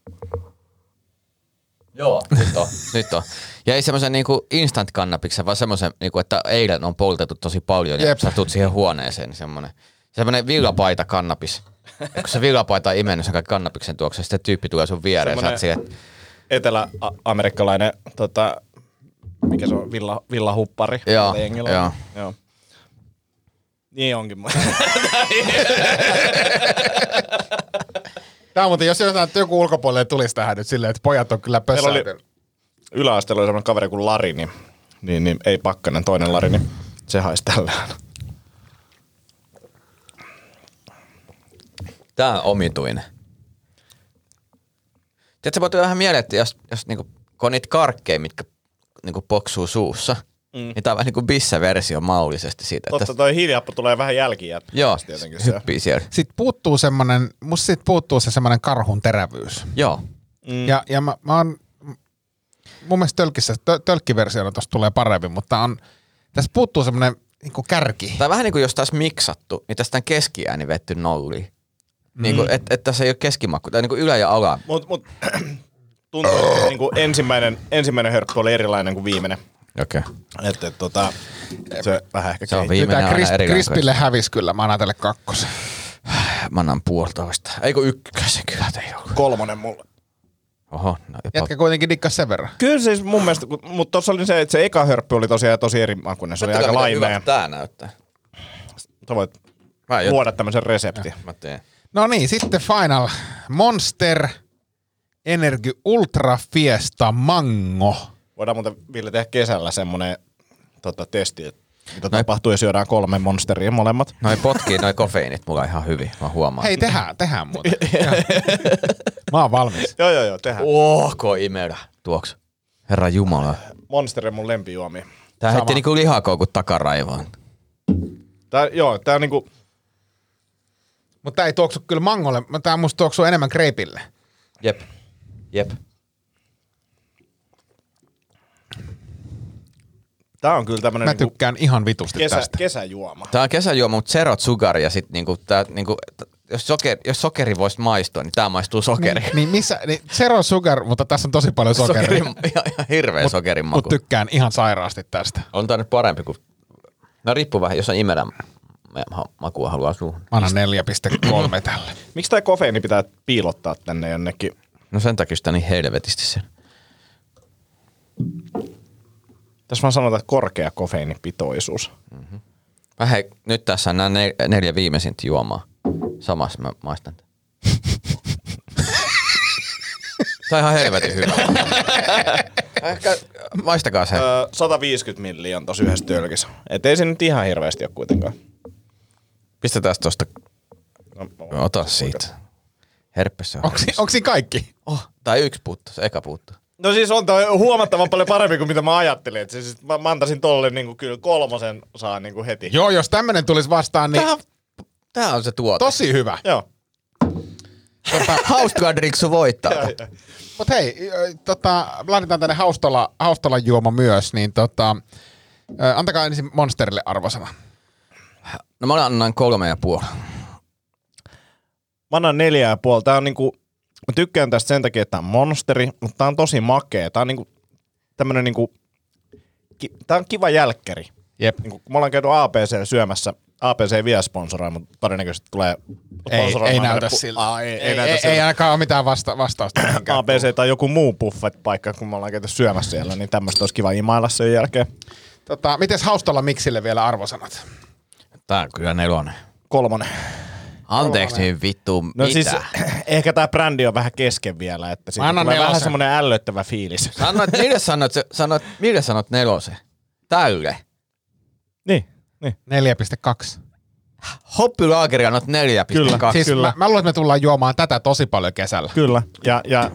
A: Joo, nyt on. nyt on. Ja ei semmoisen niinku instant kannabiksen, vaan semmoisen, niinku, että eilen on poltettu tosi paljon ja
D: Jep.
A: Jep. sä tulet siihen huoneeseen, niin semmoinen. Semmoinen villapaita kannabis. Ja kun se villapaita on imennyt sen kaiken kannabiksen tuoksen, sitten tyyppi tulee sun viereen. Semmoinen... Sä oot siihen,
C: Etelä-amerikkalainen, tota, mikä se on, villa, villahuppari.
A: Joo,
C: mitä jengillä on.
A: joo.
C: joo. Niin onkin. *laughs*
D: Tää on muuten, jos jotain, joku ulkopuolelle tulisi tähän nyt silleen, että pojat on kyllä
C: Meillä oli-
D: pössäytynyt.
C: Yläasteella oli sellainen kaveri kuin Lari, niin, niin, niin ei pakkanen, toinen Lari, niin se haisi tällään.
A: Tää on omituinen. Tiedätkö, voi tulla vähän mieleen, että jos, jos niinku, kun on niitä karkkeja, mitkä niinku poksuu suussa, mm. niin tää on vähän niinku bissä-versio maullisesti siitä.
C: Totta, toi hiiliappo tulee vähän jälkijättä.
A: joo,
C: tietenkin se.
A: hyppii siellä.
D: Sitten puuttuu semmonen, musta siitä puuttuu se semmonen karhun terävyys.
A: Joo.
D: Mm. Ja, ja mä, mä oon, mun mielestä tölkissä, tö, tölkkiversiona tosta tulee parempi, mutta on, tässä puuttuu semmonen niinku kärki.
A: Tämä vähän niin kuin jos taas miksattu, niin tästä on keskiääni vetty nolliin. Niin kuin, että et tässä ei ole keskimakku, tai niin kuin ylä- ja ala.
C: Mut, mut *clears throat* tuntuu, että se niinku ensimmäinen, ensimmäinen hörppy oli erilainen kuin viimeinen.
A: Okei. Okay.
C: Että et, tota, se vähän ehkä
A: Se on
C: kehi-
D: Kyllä
A: viimeinen
D: tää
A: aina eri
D: Krispille hävis kyllä, mä annan tälle kakkosen.
A: Mä annan puolitoista. Eikö ykkösen kyllä ei ollut.
C: kolmonen mulle.
A: Oho, no jopa.
D: Jätkä kuitenkin dikkas sen verran.
C: Kyllä siis mun mielestä, mutta tuossa oli se, että se eka hörppy oli tosiaan tosi eri makuinen. Se oli aika laimea.
A: Tää näyttää.
C: Sä voit
A: Mä, jot,
C: luoda tämmöisen reseptin.
A: mä teen.
D: No niin, sitten final. Monster Energy Ultra Fiesta Mango.
C: Voidaan muuten Ville tehdä kesällä semmonen tota, testi, että mitä
A: Näin.
C: tapahtuu, jos syödään kolme monsteria molemmat.
A: Noi potkii, noi kofeiinit mulla ihan hyvin, mä huomaan.
D: Hei, tehdään, tehdään muuten.
A: *laughs*
D: Joo. mä oon valmis.
C: Joo, joo, joo, tehdään.
A: Ohko imerä tuoksu. Herra Jumala.
C: Monsteri on mun lempijuomi.
A: Tää heitti niinku lihakoukut takaraivaan.
C: Tää, joo, tää on niinku,
D: Mutta tää ei tuoksu kyllä mangolle, mutta tää musta tuoksuu enemmän kreipille.
A: Jep. Jep.
C: tää on kyllä tämmönen
D: Mä
C: niinku
D: tykkään ihan vitusti
C: kesä,
D: tästä.
C: kesäjuoma.
A: Tää on kesäjuoma, mutta serot sugari ja sit niinku tää, niinku, t- jos, sokeri, jos sokeri voisi maistua, niin tää maistuu sokeri. *laughs*
D: Niin, niin missä, niin zero sugar, mutta tässä on tosi paljon sokeria.
A: ihan, ihan hirveä mut, sokerin maku.
D: Mutta tykkään ihan sairaasti tästä.
A: on tää nyt parempi kuin... No riippuu vähän, jos on imerän ma- makua haluaa suuhun.
D: Mä annan 4,3 tälle.
C: Miksi tää kofeiini pitää piilottaa tänne jonnekin?
A: No sen takia sitä niin helvetisti sen.
C: Tässä vaan sanotaan, että korkea kofeiinipitoisuus.
A: Vähän, *laughs* nyt tässä on nämä nel- neljä viimeisintä juomaa. Samassa mä maistan. tän. Se on ihan helvetin hyvä. *laughs* Ehkä, maistakaa se.
C: Öö, 150 milliä on tosi yhdessä tölkissä. Et ei se nyt ihan hirveästi ole kuitenkaan.
A: Pistetään tosta.
C: No,
A: Ota siitä. Herpessä on.
D: Onko, onko siinä kaikki?
A: Oh, tai yksi puuttu, se eka puuttu.
C: no siis on toi huomattavan paljon parempi kuin mitä mä ajattelin. Et siis mä, mä antaisin tolle niinku kyllä kolmosen saa niinku heti.
D: Joo, jos tämmönen tulisi vastaan, niin
A: Tää, tää on se tuote. Tos...
D: tosi hyvä.
C: Joo.
A: Hauskaa driksu voittaa.
D: Mutta hei, ö, tota, laitetaan tänne haustola, haustolan juoma myös, niin tota, ö, antakaa ensin Monsterille arvosana.
A: No mä annan kolme ja puoli.
C: Mä annan neljä ja puoli. Tää on niinku, mä tykkään tästä sen takia, että tää on monsteri, mutta tää on tosi makea. Tää on niinku tämmönen niinku, ki, tää on kiva jälkkäri.
D: Jep.
C: Niinku, kun me ollaan käyty ABC syömässä, ABC ei vielä sponsoroi, mutta todennäköisesti tulee
D: Ei,
C: sponsoroimaan
D: ei
C: meidän
D: näytä
C: pu-
D: siltä.
C: Aa, ei, ei,
D: ei,
C: näytä
D: ei,
C: siltä.
D: ei ainakaan ole mitään vasta, vastausta. mihinkään.
C: ABC tai joku muu buffet-paikka, kun me ollaan käyty syömässä siellä, niin tämmöistä olisi kiva imailla sen jälkeen.
D: tota, mites haustolla miksille vielä arvosanat?
A: Tää on kyllä nelonen.
C: Kolmonen.
A: Anteeksi nyt vittu,
C: No
A: mitä?
C: siis *clears throat* ehkä tämä brändi on vähän kesken vielä, että siitä
D: annan
C: tulee vähän
D: nelosen.
C: semmoinen ällöttävä fiilis. *laughs*
A: Sanoit, mille sanot, se- sanoit, mille sanot nelosen? Tälle.
C: niin, niin.
D: 4,2.
A: Hoppilaakeri annat 4,2.
C: Kyllä.
D: Siis
C: Ah, Kyllä.
D: mä, mä luulen, että me tullaan juomaan tätä tosi paljon kesällä.
C: Kyllä. Ja, ja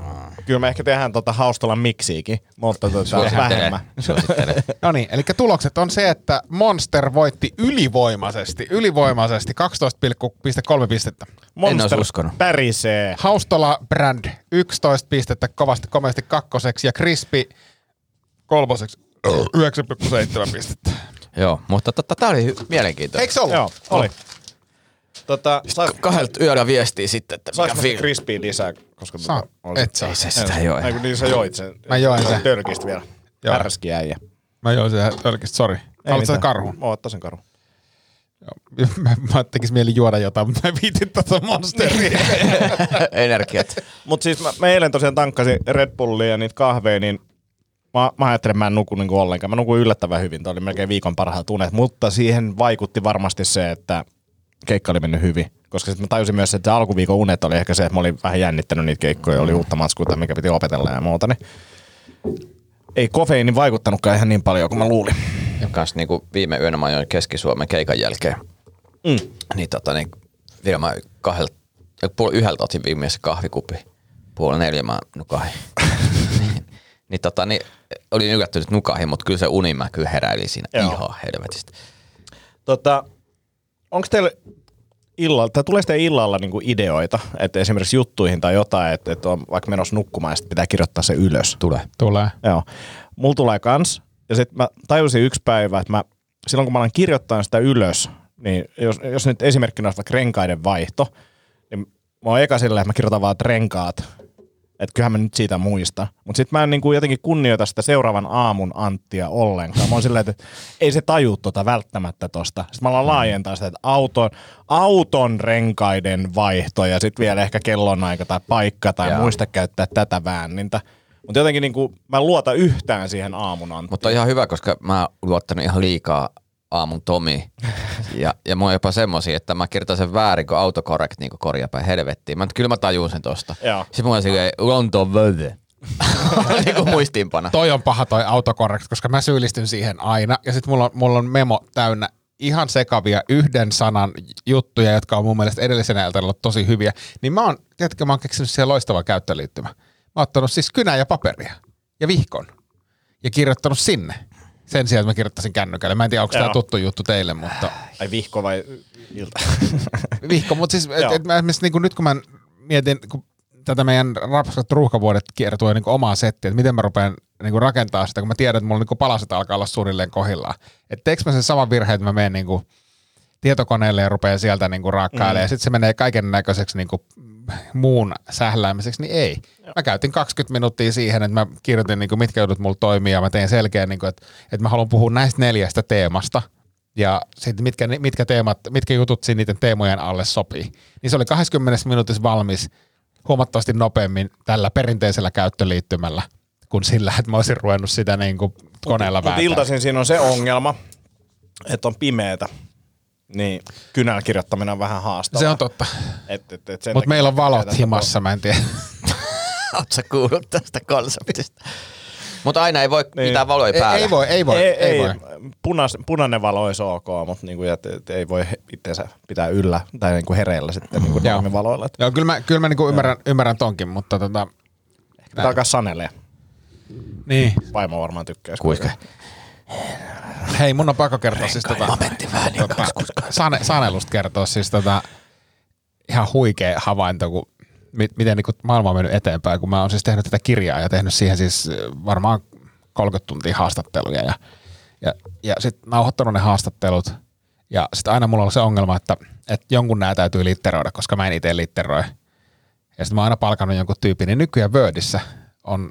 C: kyllä me ehkä tehdään tota haustolla miksiikin, mutta tota vähemmän.
A: Suosittelen.
D: No niin, eli tulokset on se, että Monster voitti ylivoimaisesti, ylivoimaisesti 12,3 pistettä.
C: Monster
A: uskonut.
C: pärisee.
D: Haustola Brand 11 pistettä kovasti komeasti kakkoseksi ja Crispy kolmoseksi 9,7 pistettä.
A: Joo, mutta tota, tää oli hy- mielenkiintoinen.
D: Eikö se ollut?
C: Joo, oli. Tota, saa,
A: Kahdelta yöllä viestiä sitten, että mikä
C: saanko
A: fiilis.
C: krispiä lisää? Koska
D: Saa,
C: tota, on
D: et saa.
A: Ei se sitä joo.
C: Ei, kun niin sä joit sen.
D: Mä join sen.
C: Tölkistä vielä.
D: Joo.
C: Härski äijä.
D: Mä join sen pelkästään, sori. Haluatko sä karhun?
C: Mä ottaa sen karhun.
D: Joo. *laughs* Mä, mä tekis mieli juoda jotain, mutta mä viitin tuossa monsteria.
A: *laughs*
D: *laughs*
A: Energiat.
C: Mut siis mä, mä eilen tosiaan tankkasin Red Bullia ja niitä kahveja, niin mä, mä ajattelin, että mä en nuku niinku ollenkaan. Mä nukuin yllättävän hyvin, toi oli melkein viikon parhaat unet, mutta siihen vaikutti varmasti se, että keikka oli mennyt hyvin. Koska sitten mä tajusin myös, että se alkuviikon unet oli ehkä se, että mä olin vähän jännittänyt niitä keikkoja, oli uutta matskuuta, mikä piti opetella ja muuta, niin ei kofeiini vaikuttanutkaan ihan niin paljon kuin mä luulin.
A: Ja kans niinku viime yönä mä ajoin Keski-Suomen keikan jälkeen.
C: Mm.
A: Niin tota niin, vielä mä kahdelta, ei, puoli yhdeltä otin viimeisessä kahvikupi. Puoli neljä mä
C: *laughs*
A: nukahin. niin, niin tota niin, olin yllättynyt nukahin, mutta kyllä se uni mä kyllä heräilin siinä
C: Joo.
A: ihan helvetistä.
C: Tota, onko teillä illalla, tai tulee teillä illalla niinku ideoita, että esimerkiksi juttuihin tai jotain, että, että on vaikka menossa nukkumaan ja sit pitää kirjoittaa se ylös? Tulee.
D: Tulee.
C: Joo. Mulla tulee kans, ja sitten mä tajusin yksi päivä, että mä, silloin kun mä alan kirjoittaa sitä ylös, niin jos, jos nyt esimerkkinä olisi vaikka renkaiden vaihto, niin mä oon eka silleen, että mä kirjoitan vaan, että renkaat, että kyllähän mä nyt siitä muista. Mutta sitten mä en niinku jotenkin kunnioita sitä seuraavan aamun Anttia ollenkaan. Mä oon silleen, että ei se taju tota välttämättä tosta. Sitten mä alan laajentaa sitä, että auton, auton renkaiden vaihto ja sitten vielä ehkä kellonaika tai paikka tai
A: Jaa.
C: muista käyttää tätä väännintä. Mutta jotenkin niinku, mä en luota yhtään siihen aamun Anttiin.
A: Mutta on ihan hyvä, koska mä oon luottanut ihan liikaa aamun
C: *laughs*
A: Tomi. Ja, ja mulla on jopa semmosia, että mä kirjoitan sen väärin, kun autokorrekt niin korjaa päin helvettiin. Mä, kyllä mä tajun sen tosta.
C: Joo.
A: Sitten mulla on silleen Lontoon vöde. *laughs* niin kuin muistiinpana.
D: Toi on paha toi autokorrekt, koska mä syyllistyn siihen aina. Ja sitten mulla, on- mulla on memo täynnä ihan sekavia yhden sanan juttuja, jotka on mun mielestä edellisenä iltana ollut tosi hyviä. Niin mä oon, tiedätkö, mä oon keksinyt siihen loistava käyttöliittymä. Mä oon ottanut siis kynää ja paperia ja vihkon ja kirjoittanut sinne. Sen sijaan, että mä kirjoittaisin kännykällä. Mä en tiedä, onko tämä
C: Joo.
D: tuttu juttu teille, mutta
C: Ai vihko vai ilta?
D: vihko. Mutta siis et,
C: Joo.
D: et mä esimerkiksi niin nyt kun mä mietin, kun tätä meidän rapsat ruuhkavuodet kiertui niin omaa settiä, että miten mä rupean niin rakentaa sitä, kun mä tiedän, että mulla niin palaset alkaa olla suunnilleen kohillaan. Että teekö mä sen saman virheen, että mä menen niin tietokoneelle ja rupean sieltä niin raakkailemaan, mm. ja sitten se menee kaiken näköiseksi niin muun sähläämiseksi, niin ei. Mä käytin 20 minuuttia siihen, että mä kirjoitin, niin kuin, mitkä jutut mulla toimii, ja mä tein selkeän, niin kuin, että, että mä haluan puhua näistä neljästä teemasta, ja sitten mitkä, ne- mitkä, teemat, mitkä jutut siinä niiden teemojen alle sopii. Niin se oli 20 minuutissa valmis huomattavasti nopeammin tällä perinteisellä käyttöliittymällä kuin sillä, että mä olisin ruvennut sitä niin kuin koneella
C: Mutta
D: vääntämään.
C: iltaisin siinä on se ongelma, että on pimeetä. Niin kynällä kirjoittaminen on vähän haastavaa.
D: Se on totta.
C: Et, et, et sen
D: Mutta
C: takia
D: meillä on
C: tykkää
D: valot
C: tästä
D: himassa, mä en tiedä.
A: Oletko kuullut tästä konseptista? Mutta aina ei voi niin. pitää valoja
D: Ei,
A: päällä.
D: ei voi, ei voi, ei, ei, ei voi.
C: Punas, punainen valo olisi ok, mutta niinku, et, et, ei voi itseensä pitää yllä tai niinku hereillä sitten niinku
D: Joo.
C: mm. valoilla. Et
D: Joo, kyllä mä, kyllä mä niinku ymmärrän, ymmärrän tonkin, mutta tota...
C: Pitää alkaa sanelee.
D: Niin.
C: Vaimo varmaan tykkää.
A: Kuinka?
D: Hei, mun on pakko kertoa siis tota...
A: Momentti vähän niin
D: tota, sane, sanelusta kertoa siis tota, ihan huikea havainto, kun mi, miten niin maailma on mennyt eteenpäin, kun mä oon siis tehnyt tätä kirjaa ja tehnyt siihen siis ö, varmaan 30 tuntia haastatteluja ja, ja, ja sitten nauhoittanut ne haastattelut ja sitten aina mulla on se ongelma, että, että jonkun nämä täytyy litteroida, koska mä en itse litteroi. Ja sitten mä oon aina palkannut jonkun tyypin, niin nykyään Wordissä on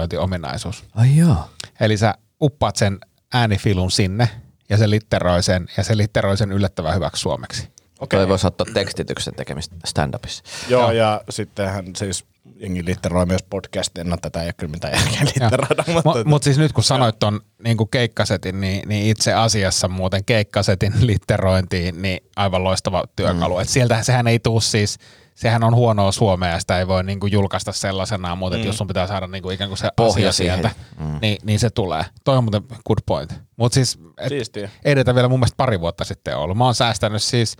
D: litterointiominaisuus.
A: Ai joo.
D: Eli sä uppaat sen äänifilun sinne ja se litteroi sen ja se litteroi sen yllättävän hyväksi suomeksi.
A: Okay. Toi voisi ottaa tekstityksen tekemistä stand-upissa.
D: *laughs*
C: Joo, ja sittenhän siis jengi litteroi myös podcastin. No tätä ei ole kyllä mitään järkeä litteroida.
D: Mutta mut siis nyt kun sanoit ton niin kuin keikkasetin, niin, niin itse asiassa muuten keikkasetin *laughs* litterointiin, niin aivan loistava työkalu. Mm. Et sieltähän sehän ei tuu siis, sehän on huonoa suomea ja sitä ei voi niin kuin julkaista sellaisenaan, mutta mm. jos sun pitää saada niin kuin ikään kuin se
A: Pohja
D: asia
A: siihen.
D: sieltä, mm. niin, niin se tulee. Toi on muuten good point. Mutta siis et,
C: Siistiä.
D: ei tätä vielä mun mielestä pari vuotta sitten ollut. Mä oon säästänyt siis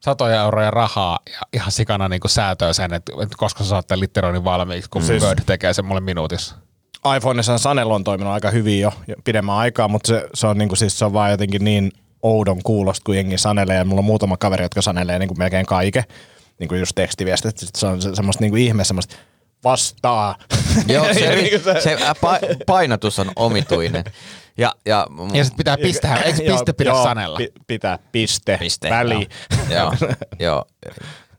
D: satoja euroja rahaa ja ihan sikana niin kuin säätöä sen, että, että koska sä saatte litteroinnin valmiiksi, kun siis...
C: Siis-
D: Word tekee sen mulle minuutissa.
C: iPhoneissa Sanelu on toiminut aika hyvin jo jo pidemmän aikaa, mutta se, se, on, niinku, siis se on vaan jotenkin niin oudon kuulosta, kun jengi sanelee. Ja mulla on muutama kaveri, jotka sanelee niinku melkein kaiken, niinku just tekstiviestit. Sit se on se, semmoista niinku ihme, semmoista
D: *laughs*
C: vastaa.
A: Joo, se,
D: Niin
C: Niinku
A: se, se ä, pa- painotus on omituinen. Ja, ja, mm,
D: Ja sitten pitää pistää,
C: *laughs*
D: eikö
C: Joo,
D: piste pidä
C: joo,
D: sanella?
C: pi- pitää piste,
A: piste.
C: väli.
A: Joo, joo. joo.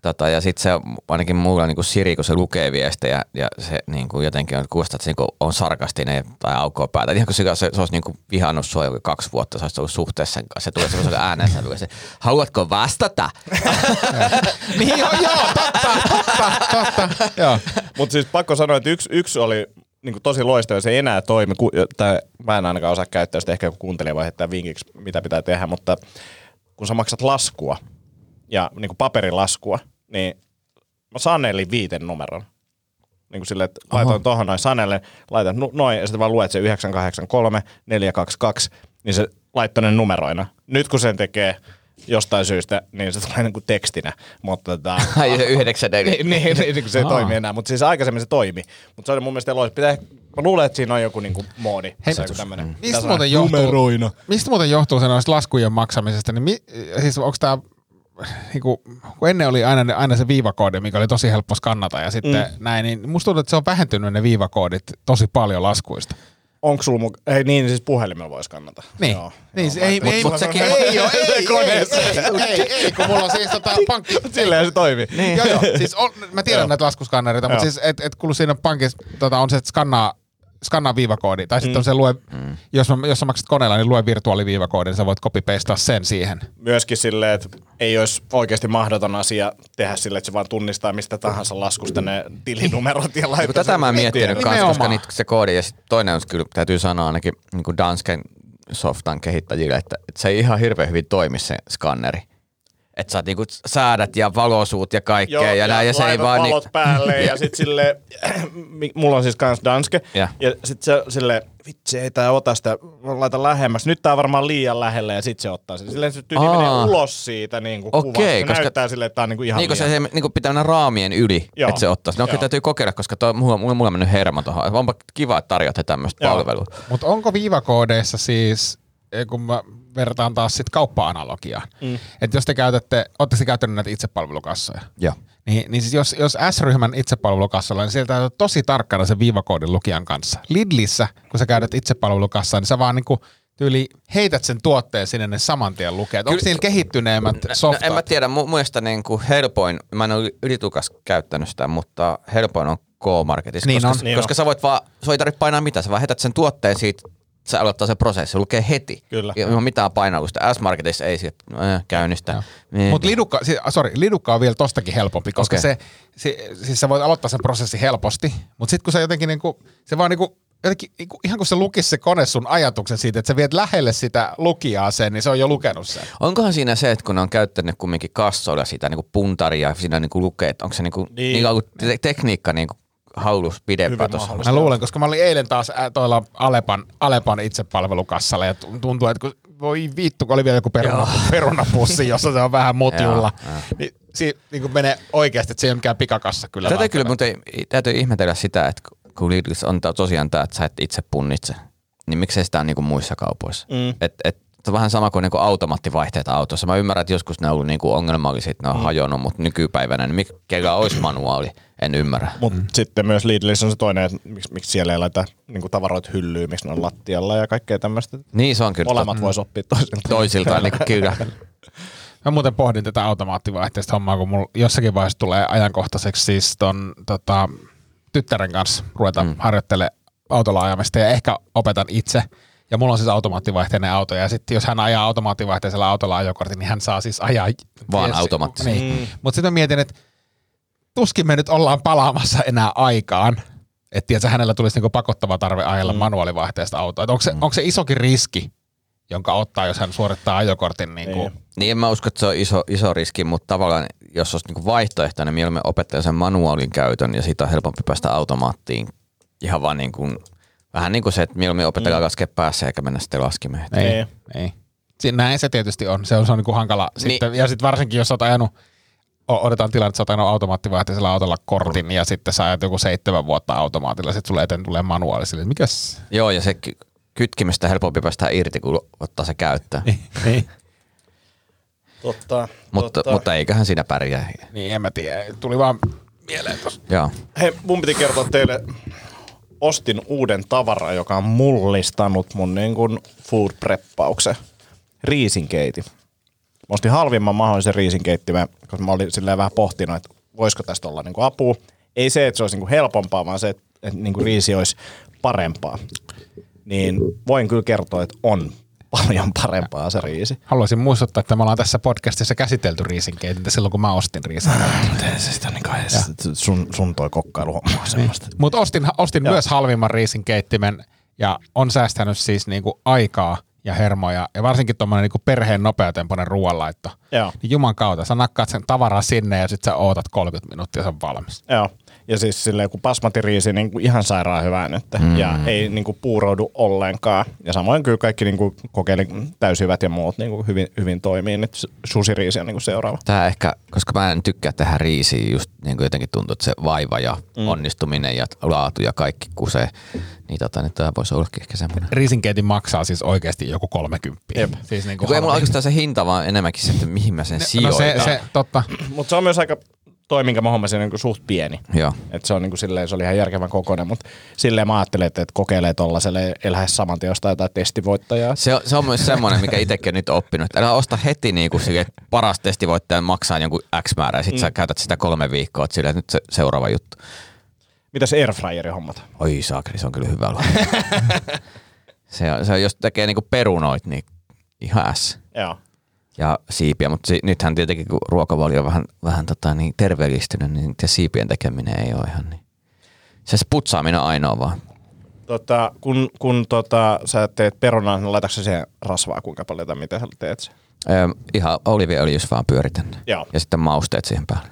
A: Tota, ja sitten se ainakin mulla niin Siri, kun se lukee viestejä ja se niin kuin jotenkin on kuulosta, että se niin kuin on sarkastinen tai aukoo päätä. Ihan kun se, se, se olisi niin kuin vihannut sua joku kaksi vuotta, se olisi ollut suhteessa sen kanssa. Se tulee semmoisella äänensävyllä. Se, haluatko *laughs* vastata?
D: niin joo, joo, totta, totta, totta.
C: *laughs*
D: Joo.
C: Mutta siis pakko sanoa, että yksi, yksi oli niin kuin tosi loistava, se ei enää toimi. Ku, tai, mä en ainakaan osaa käyttää sitä, ehkä joku kuuntelija voi heittää vinkiksi, mitä pitää tehdä, mutta kun sä maksat laskua, ja niin kuin paperilaskua, niin mä sanelin viiten numeron. Niin kuin silleen, että laitoin tohon noin sanelle, laitan nu- noin, ja sitten vaan luet se 983, 422, niin se laittoi ne numeroina. Nyt kun sen tekee jostain syystä, niin se tulee niin kuin tekstinä, mutta tota,
A: Ai se yhdeksän eri.
C: niin, niin, niin, niin kun se ei
D: Aa.
C: toimi enää, mutta siis aikaisemmin se toimi. Mutta se oli mun mielestä eloisa. Pitää, mä luulen, että siinä on joku niinku moodi.
D: Hei,
C: se on joku tämmönen.
D: Mistä
C: Tässä
D: muuten, johtuu, mistä muuten johtuu se noista laskujen maksamisesta? Niin mi, siis onko tämä, niinku, kun ennen oli aina, ne- aina se viivakoodi, mikä oli tosi helppo skannata ja sitten mm. näin, niin musta tuntuu, että se on vähentynyt ne viivakoodit tosi paljon laskuista.
C: Onks sulla mu- Ei niin, siis puhelimella voisi kannata.
D: Niin,
C: Joo.
D: niin se, ei,
A: Mut-
D: ei,
A: mut
D: mut,
A: sekin-
D: ei, oo, ei, ei,
C: Koneeseen.
D: ei, ei, ei, ei, kun mulla on siis tota pankki,
C: Silleen se toimii.
D: Niin. Joo, joo. Siis on, mä tiedän
C: Joo.
D: näitä laskuskannereita, mutta
C: Joo.
D: siis et, et kun siinä pankissa tota, on se, että skannaa, skannaa viivakoodi, tai
C: Mm.
D: sitten on se lue, jos, mä, jos sä maksat koneella, niin lue virtuaaliviivakoodi, niin sä voit copy-pastaa sen siihen.
C: Myöskin silleen, että ei olisi oikeasti mahdoton asia tehdä silleen, että se vaan tunnistaa mistä tahansa laskusta ne tilinumerot ja
A: Niin, kun
C: laittaa.
A: tätä
C: sen
A: mä en miettinyt
C: tiedon.
A: kanssa, koska
D: Nimenomaan.
A: niitä, se koodi ja sit toinen on kyllä, täytyy sanoa ainakin niin kuin Dansken softan kehittäjille, että, että se ei ihan hirveän hyvin toimi se skanneri. Että saat niinku säädät ja valosuut ja kaikkea
C: Joo,
A: ja, ja, näin, ja se ei
C: laitat
A: vaan... niinku-
C: valot
A: *laughs*
C: päälle ja sit sille, *clears throat* mulla on siis kans Danske,
A: Ja.
C: ja, ja sit se sille, vitsi ei tää ota sitä, laita lähemmäs, nyt tää on varmaan liian lähellä ja sit se ottaa sen. Silleen se tyyli
A: Aa.
C: menee ulos siitä niinku
A: Okei,
C: kuvasta, se
A: koska-
C: näyttää sille, että tää on niinku ihan
A: Niin kun se,
C: liian.
A: se niinku pitää mennä raamien yli,
C: Joo.
A: että se ottaisi. No kyllä
C: Joo.
A: täytyy kokeilla, koska toi, mulla, mulla, mulla on mennyt hermo tuohon. Onpa kiva, että tarjoatte tämmöistä
C: Joo.
A: palvelua.
D: Mutta onko viivakoodeissa siis, eh, kun mä vertaan taas sit kauppa-analogiaan, mm. että jos te käytätte, ootteko te käyttänyt näitä itsepalvelukassoja?
A: Joo.
D: Niin, niin siis jos, jos S-ryhmän itsepalvelukassalla, niin sieltä on tosi tarkkana sen viivakoodin lukijan kanssa. Lidlissä, kun sä käytät itsepalvelukassaan, niin sä vaan niinku tyyli heität sen tuotteen sinne ne saman tien lukee. Että Onko
A: Kyllä-
D: niillä kehittyneemmät softat?
A: No, en mä tiedä, mu- muista niin kuin helpoin, mä en ole ylitukas käyttänyt sitä, mutta helpoin on K-Marketissa,
D: Niin
A: koska,
D: on.
C: Niin
A: koska
C: on.
A: sä voit vaan, sua ei tarvitse painaa mitään, sä vaan hetät sen tuotteen siitä, se aloittaa se prosessi, se lukee heti.
C: Kyllä.
A: Ilman mitään painallusta. S-Marketissa ei siitä äh, käynnistä.
D: Mutta lidukka, siis, sorry, lidukka on vielä tostakin helpompi, koska
A: Niin. Okei.
D: okay. se, se, siis sä voit aloittaa sen prosessi helposti, mutta sitten kun se jotenkin niinku, se vaan niinku, jotenkin, niinku, ihan kun se lukisi se kone sun ajatuksen siitä, että sä viet lähelle sitä lukijaa sen, niin se on jo lukenut sen.
A: Onkohan siinä se, että kun ne on käyttänyt niinku kumminkin kassoilla sitä niin puntaria, siinä niin niinku lukee, että onko se niin kuin, niin.
C: Niin.
A: niillä on ollut te- tekniikka niin haulus pidempään
C: Hyvin
A: tuossa.
D: Mä luulen, koska mä olin eilen taas ää, tuolla Alepan, Alepan itsepalvelukassalla ja tun- tuntuu, että kun, voi vittu, kun oli vielä joku peruna, perunapussi, jossa se on vähän mutjulla. niin, si, niin kuin menee oikeasti, että se ei ole mikään pikakassa kyllä.
A: Tätä
D: vaan-
A: kyllä, mutta ei, ei- täytyy ihmetellä sitä, että kun liityksessä on tää- tosiaan tämä, että sä et itse punnitse, niin miksei sitä ole niinku muissa kaupoissa. Mm. Et, et, se on vähän sama kuin niinku automaattivaihteet autossa. Mä ymmärrän, että joskus ne on ollut niinku ongelmallisia, että ne on mm. hajonnut, mutta nykypäivänä, niin mik- kellä olisi manuaali, en ymmärrä.
C: Mutta mm. sitten myös Lidlissä on se toinen, että miksi, miksi siellä ei laita niin tavaroita hyllyyn, miksi ne on lattialla ja kaikkea tämmöistä.
A: Niin se on kyllä
C: Molemmat
A: tot-
C: vois oppia toisiltaan.
A: toisiltaan. Niin kyllä. *laughs*
D: Mä muuten pohdin tätä automaattivaihteista hommaa, kun mulla jossakin vaiheessa tulee ajankohtaiseksi siis ton tota, tyttären kanssa ruveta mm. harjoittelemaan autolla ajamista ja ehkä opetan itse. Ja mulla on siis automaattivaihteinen auto ja sitten jos hän ajaa automaattivaihteisella autolla ajokortin, niin hän saa siis ajaa
A: Vaan
D: Yes,
A: automaattisesti.
D: Niin. Mm. Mutta sitten mä mietin, että tuskin me nyt ollaan palaamassa enää aikaan. Että tiedätkö, hänellä tulisi niinku pakottava tarve ajella mm. manuaalivaihteista autoa. Onko se, mm. onko se isokin riski, jonka ottaa, jos hän suorittaa ajokortin niinku,
A: Niin en mä usko, että se on iso, iso riski, mutta tavallaan jos olisi niinku vaihtoehtoinen, mieluummin opettaa sen manuaalin käytön ja siitä on helpompi päästä automaattiin. Ihan vaan niin kuin, vähän niin kuin se, että mieluummin opetellaan mm. Niin. laskea päässä eikä mennä sitten laskimeen.
C: Niin.
D: Ei, ei. Si- Näin se tietysti on. Se on, se on niinku hankala. Sitten, Ja sitten varsinkin, jos olet ajanut, o- odotetaan tilanne, että sä oot ajanut automaattivaihteisella autolla kortin ja sitten sä ajat joku seitsemän vuotta automaatilla, sitten sulle eteen tulee manuaali sille, että mikäs?
A: Joo, ja se ky- kytkimistä helpompi päästä irti, kun ottaa se käyttöön.
D: Niin.
C: Totta,
A: mutta, mutta eiköhän siinä
D: *laughs*
A: pärjää.
D: niin, en mä tiedä. Tuli vaan mieleen tossa.
A: Joo.
C: Hei, mun piti kertoa teille, ostin uuden tavaran, joka on mullistanut mun niin kuin food preppauksen. Riisinkeiti. Mä ostin halvimman mahdollisen riisinkeittimen, koska mä olin silleen vähän pohtinut, että voisiko tästä olla niin kuin apua. Ei se, että se olisi niin kuin helpompaa, vaan se, että, että niin kuin riisi olisi parempaa. Niin voin kyllä kertoa, että on paljon parempaa se riisi.
D: Haluaisin muistuttaa, että me ollaan tässä podcastissa käsitelty riisinkeitintä silloin, kun mä ostin riisinkeitintä.
C: Miten se sitä niin kai, sun, sun toi kokkailuhomma on semmoista.
D: Mutta ostin, ostin myös halvimman riisinkeittimen ja on säästänyt siis niinku aikaa ja hermoja ja varsinkin tuommoinen niinku perheen nopeatempoinen ruoanlaitto.
C: Joo.
D: Niin juman kautta, sä nakkaat sen tavaraa sinne ja sit sä ootat 30 minuuttia ja se on valmis.
C: Joo. Ja siis silleen, kun basmatiriisi niin kuin ihan sairaan hyvää nyt. Mm. Ja ei niin kuin puuroudu ollenkaan. Ja samoin kyllä kaikki niin kuin kokeilin täyshyvät ja muut niin kuin hyvin, hyvin toimii. Nyt susiriisi on niin kuin seuraava.
A: Tämä ehkä, koska mä en tykkää tehdä riisiä, just niin kuin jotenkin tuntuu, että se vaiva ja mm. onnistuminen ja laatu ja kaikki kusee, niin tota, niin tämä voisi ollakin ehkä semmoinen.
D: Riisinkeitin maksaa siis oikeasti joku 30. Jep. Siis niinku
A: Kun ei mulla
D: halvin.
A: oikeastaan se hinta, vaan enemmänkin se, että mihin mä sen
D: no
A: sijoitan.
D: se, se, totta.
C: Mutta se on myös aika toi, minkä mä hommasin niin kuin suht pieni.
A: Joo.
C: Et se, on niin kuin silleen, se oli ihan järkevän kokoinen, mutta silleen mä ajattelin, että, että kokeilee tollaselle, ei lähde saman tien ostaa jotain testivoittajaa.
A: Se, on- se on myös semmoinen, mikä itsekin on nyt oppinut. että Älä osta heti niin kuin sille, että paras testivoittaja maksaa jonkun X määrää, ja sit mm. sä käytät sitä kolme viikkoa, että sille, että nyt se seuraava juttu.
C: Mitäs airfryeri hommat?
A: Oi saakeli, se on kyllä hyvä olla. se, on, se on, jos tekee niinku perunoit, niin ihan S.
C: Joo.
A: Ja siipiä, mutta si- nythän tietenkin kun ruokavalio on vähän, vähän tota, niin terveellistynyt, niin niiden siipien tekeminen ei ole ihan niin. Se sputsaaminen on ainoa vaan.
C: Tota, kun kun tota, sä teet perunaa, niin laitatko sä siihen rasvaa kuinka paljon tai mitä sä teet sen?
A: Öö, ihan oliiviöljys vaan pyöritän.
C: Joo.
A: Ja sitten mausteet siihen päälle.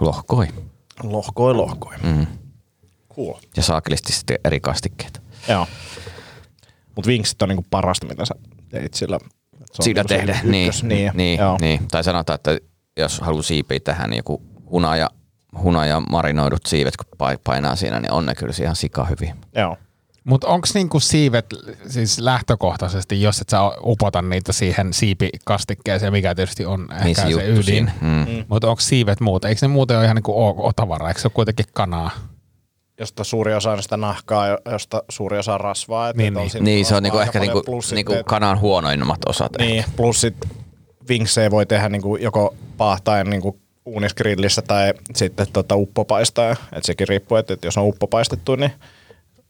A: Lohkoi.
C: Lohkoi, lohkoi. Mm. Cool.
A: Ja saakelisti sitten eri kastikkeet.
C: Joo. Mut vinksit on niinku parasta, mitä sä teit sillä. Se on
A: Sillä
C: niinku se
A: tehdä.
C: ykkös.
A: Niin,
C: niin,
A: niin,
C: joo.
A: niin. Tai sanotaan, että jos haluaa siipiä tähän, niin joku hunaja, hunaja marinoidut siivet, kun pai- painaa siinä, niin on ne kyllä ihan sika hyvin.
C: Joo.
D: Mutta onko niinku siivet siis lähtökohtaisesti, jos et sä upota niitä siihen siipikastikkeeseen, mikä tietysti on
A: Niin se
D: ehkä se
A: juttu
D: ydin.
A: siinä. Mm.
D: Mm. Mutta onko siivet muuta? Eikö ne muuten ole ihan niinku ok tavaraa? Eikö se ole kuitenkin kanaa?
C: Josta suuri osa on sitä nahkaa, jo- josta suuri osa on rasvaa. Et
D: Niin,
C: et on
D: niin.
C: siinä
A: Niin, se
C: rasvaa
A: on niinku
C: aika
A: ehkä
C: paljon,
A: niinku,
C: plus sit
A: niinku
C: teet-
A: kanan huonoimmat osat.
C: Niin, plus sit vinksejä voi tehdä niinku joko paahtaen niinku uunisgrillissä tai sitten tota uppopaistaen. Et sekin riippuu, että et jos on uppopaistettu, niin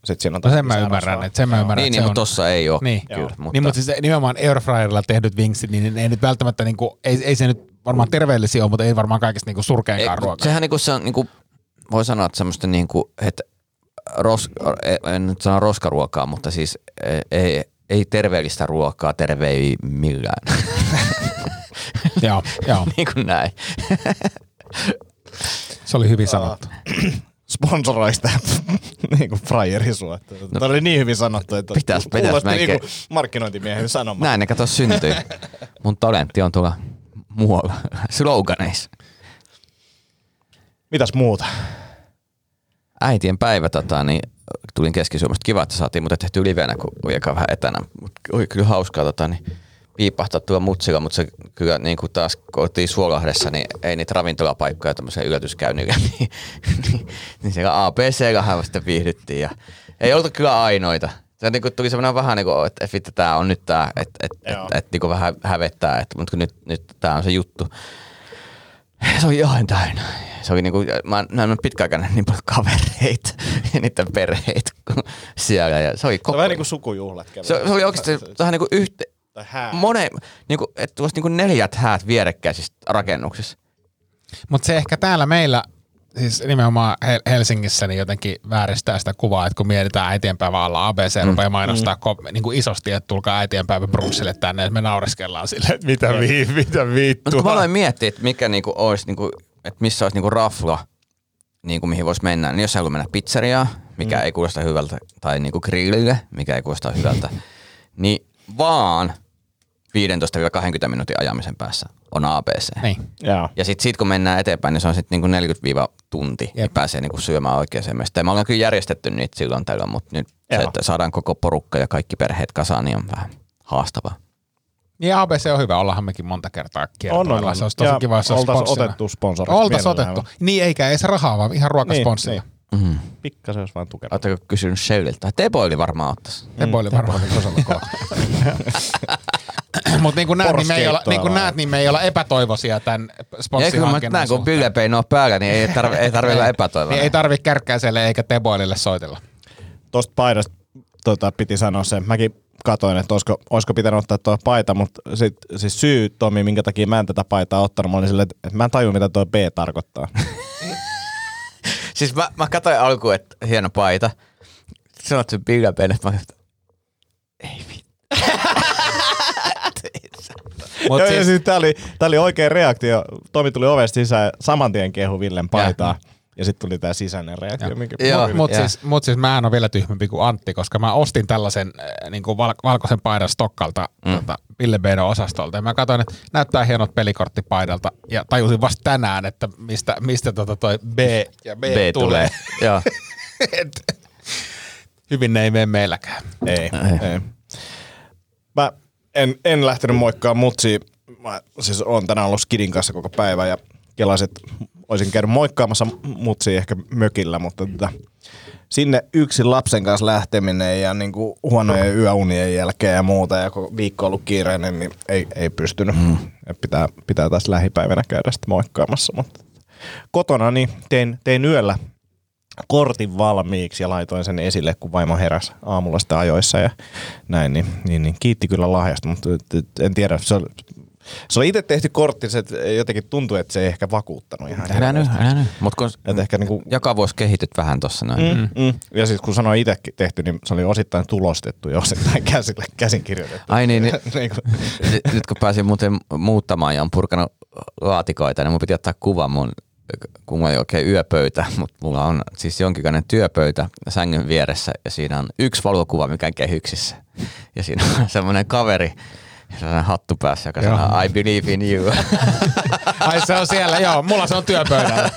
C: sit siinä on
D: No
C: taas
D: sen mä
C: lisää
D: ymmärrän,
C: rasvaa.
D: että sen mä ymmärrän.
A: Niin,
D: että
A: niin
D: se
A: mutta
D: on-
A: tossa ei ole
D: Niin.
A: kyllä. Mutta,
D: Niin, mutta siis nimenomaan Airfryerilla tehdyt vinksit, niin ei nyt välttämättä, niin kuin, ei, ei se nyt varmaan terveellisiä ole, mutta ei varmaan kaikista niin
A: ei,
D: surkeinkaan
A: mut
D: ruokaa.
A: sehän niinku, se on, niinku, voi sanoa, että semmoista niinku, että ros, e, en nyt sano roskaruokaa, mutta siis ei, ei terveellistä ruokaa, terve ei millään. *laughs*
D: Joo, joo,
A: niin kuin näin.
D: se oli hyvin sanottu.
C: sponsoroi sitä *laughs* niinku frajerisua. No, Tämä oli niin hyvin sanottu, että
A: Pitäis- pitäis
C: kuulosti
A: melkein.
C: niinku markkinointimiehen sanoma.
A: Näin ne kato syntyy. Mun talentti on tuolla muualla. Sloganeissa.
C: Mitäs muuta?
A: Äitien päivä, tota, niin tulin Keski-Suomesta. Kiva, että saatiin mutta tehty livenä, kun Uika vähän etänä. Mut oli kyllä hauskaa tota, niin piipahtaa tuolla mutsilla, mutta se kyllä niin kuin taas kun oltiin Suolahdessa, niin ei niitä ravintolapaikkoja tämmöiseen yllätyskäynnille, *laughs* niin, niin, niin siellä ABC-lähän sitten viihdyttiin ja ei oltu kyllä ainoita. Se niin kuin tuli semmoinen vähän niin kuin, että vittu tää on nyt tää, että et, et,
C: Joo.
A: et, et, niin kuin vähän hävettää, että, mutta kun nyt, nyt tää on se juttu. Se oli ihan täynnä. Se oli niinku, mä oon nähnyt pitkäaikainen niin paljon kavereita ja niiden perheitä siellä. Ja se oli
C: Se on
A: koko...
C: vähän niin kuin sukujuhlat kävi.
A: se, se oli oikeasti vähän niinku yhte...
C: Tai hää.
A: Mone, niinku, että tuossa niinku neljät häät vierekkäisissä rakennuksissa.
D: Mutta se ehkä täällä meillä, siis nimenomaan Hel- Helsingissä, niin jotenkin vääristää sitä kuvaa, että kun mietitään äitienpäivä alla ABC, mm. rupeaa mainostaa mm. niin kuin isosti, että tulkaa äitienpäivä brunssille tänne, että me naureskellaan silleen, että mitä, vi- mitä
A: Mutta No, kun
D: vittua.
A: mä aloin miettiä, että mikä niinku olisi, niinku, että missä olisi niinku rafla, niinku, mihin voisi mennä, niin jos haluaa mennä pizzeriaan, mikä mm. ei kuulosta hyvältä, tai niinku grillille, mikä ei kuulosta hyvältä, niin vaan 15-20 minuutin ajamisen päässä on ABC.
D: Niin.
C: Joo.
A: Ja sitten sit, kun mennään eteenpäin, niin se on sitten niinku 40 tunti, Jep. niin
D: Jep.
A: pääsee niinku syömään oikeaan mestaan. Me ollaan kyllä järjestetty niitä silloin tällöin, mutta nyt
C: Joo.
A: se, että saadaan koko porukka ja kaikki perheet kasaan, niin on vähän haastavaa.
D: Niin ABC on hyvä, ollaanhan mekin monta kertaa kiertoilla.
C: on, on.
D: Se olisi tosi
C: Ja
D: kiva, jos se olisi
C: oltaisiin
D: sponssina.
C: otettu sponsoriksi
D: Oltaisiin
C: mielellään.
D: otettu. Niin eikä, ei se rahaa, vaan ihan ruokasponssina.
C: Niin,
D: Niin,
A: Mm.
C: niin. Pikkasen jos vaan tukenut.
A: Oletteko kysynyt Sheyliltä? Tebo oli varmaan ottaisi.
D: niin. Tempoili
C: Mm.
D: varmaan. *laughs* Mutta niin kuin näet, niin me ei olla,
C: Porskeittoa
D: niin kuin
C: vaan.
D: näet, niin me ei olla epätoivoisia tämän
A: Ja kyllä mä
D: sponssihankinnan
A: näen, kun
D: suhteen.
A: bilepein on päällä, niin ei tarvi, ei tarvi olla epätoivoinen.
D: Niin ei tarvi kärkkäiselle eikä teboilille soitella.
C: Tuosta paidasta tota, piti sanoa se. Mäkin katoin, että olisiko, olisiko pitänyt ottaa tuo paita, mutta sit, siis syy, Tomi, minkä takia mä en tätä paitaa ottanut, mä olin silleen, että- että mä en tajua, mitä tuo B tarkoittaa.
A: Siis mä, mä katsoin alkuun, että hieno paita. Sanoit sen bilepein, että mä että ei vittu.
D: Mut
C: Joo, ja
D: siis,
C: siis tää oli, tää oli oikea reaktio. Tomi tuli ovesta sisään, saman tien kehu Villen paitaa. Ja, sitten tuli tää sisäinen reaktio, ja. minkä
A: Joo.
C: Mut-
D: mut,
A: Jaa.
D: siis, mut siis mä en ole vielä tyhmempi kuin Antti, koska mä ostin tällaisen äh, niin kuin val- valkoisen paidan Stokkalta mm. tota, Ville Beidon osastolta. Ja mä katsoin, että näyttää hienot pelikorttipaidalta ja tajusin vasta tänään, että mistä, mistä tota toi B ja B, B tulee. tulee. *laughs*
A: Joo.
D: Et, hyvin ne ei mene meilläkään.
C: Ei, ei. Mä en, en lähtenyt moikkaa mutsi. Mä siis oon tänään ollut Skidin kanssa koko päivä ja kelasin, että olisin käynyt moikkaamassa mutsi ehkä mökillä, mutta tota, sinne yksin lapsen kanssa lähteminen ja niin kuin huonojen yöunien jälkeen ja muuta ja kun viikko on ollut kiireinen, niin ei, ei pystynyt. Mm. Pitää, pitää taas lähipäivänä käydä sitten moikkaamassa, mutta kotona niin tein, tein yöllä kortin valmiiksi ja laitoin sen esille, kun vaimo heräsi aamulla sitä ajoissa ja näin, niin, niin, niin kiitti kyllä lahjasta, mutta et- et- en tiedä, se on, se on itse tehty kortti, se jotenkin tuntuu, että se ei ehkä vakuuttanut ihan
A: Älä nyt,
C: hirveästi.
A: älä nyt. Mut kun
C: Et ehkä niinku,
A: joka vuosi kehityt vähän tossa noin.
C: mm, mm. Ja siis kun sanoin itse tehty, niin se oli osittain tulostettu ja osittain *laughs* käsillä, käsin kirjoitettu. *laughs*
A: Ai niin, niin
C: niin kuin,
A: nyt- nyt kun pääsin muuten muuttamaan ja on purkanut laatikoita, niin mun piti ottaa kuva mun, kun mulla ei oikein yöpöytä, mutta mulla on siis jonkinlainen työpöytä sängyn vieressä ja siinä on yksi valokuva, mikä on kehyksissä. Ja siinä on *laughs* semmoinen kaveri, sellainen hattu päässä, joka
D: Joo.
A: sanoo I believe in you.
D: Ai se on siellä, joo, mulla se on työpöydällä.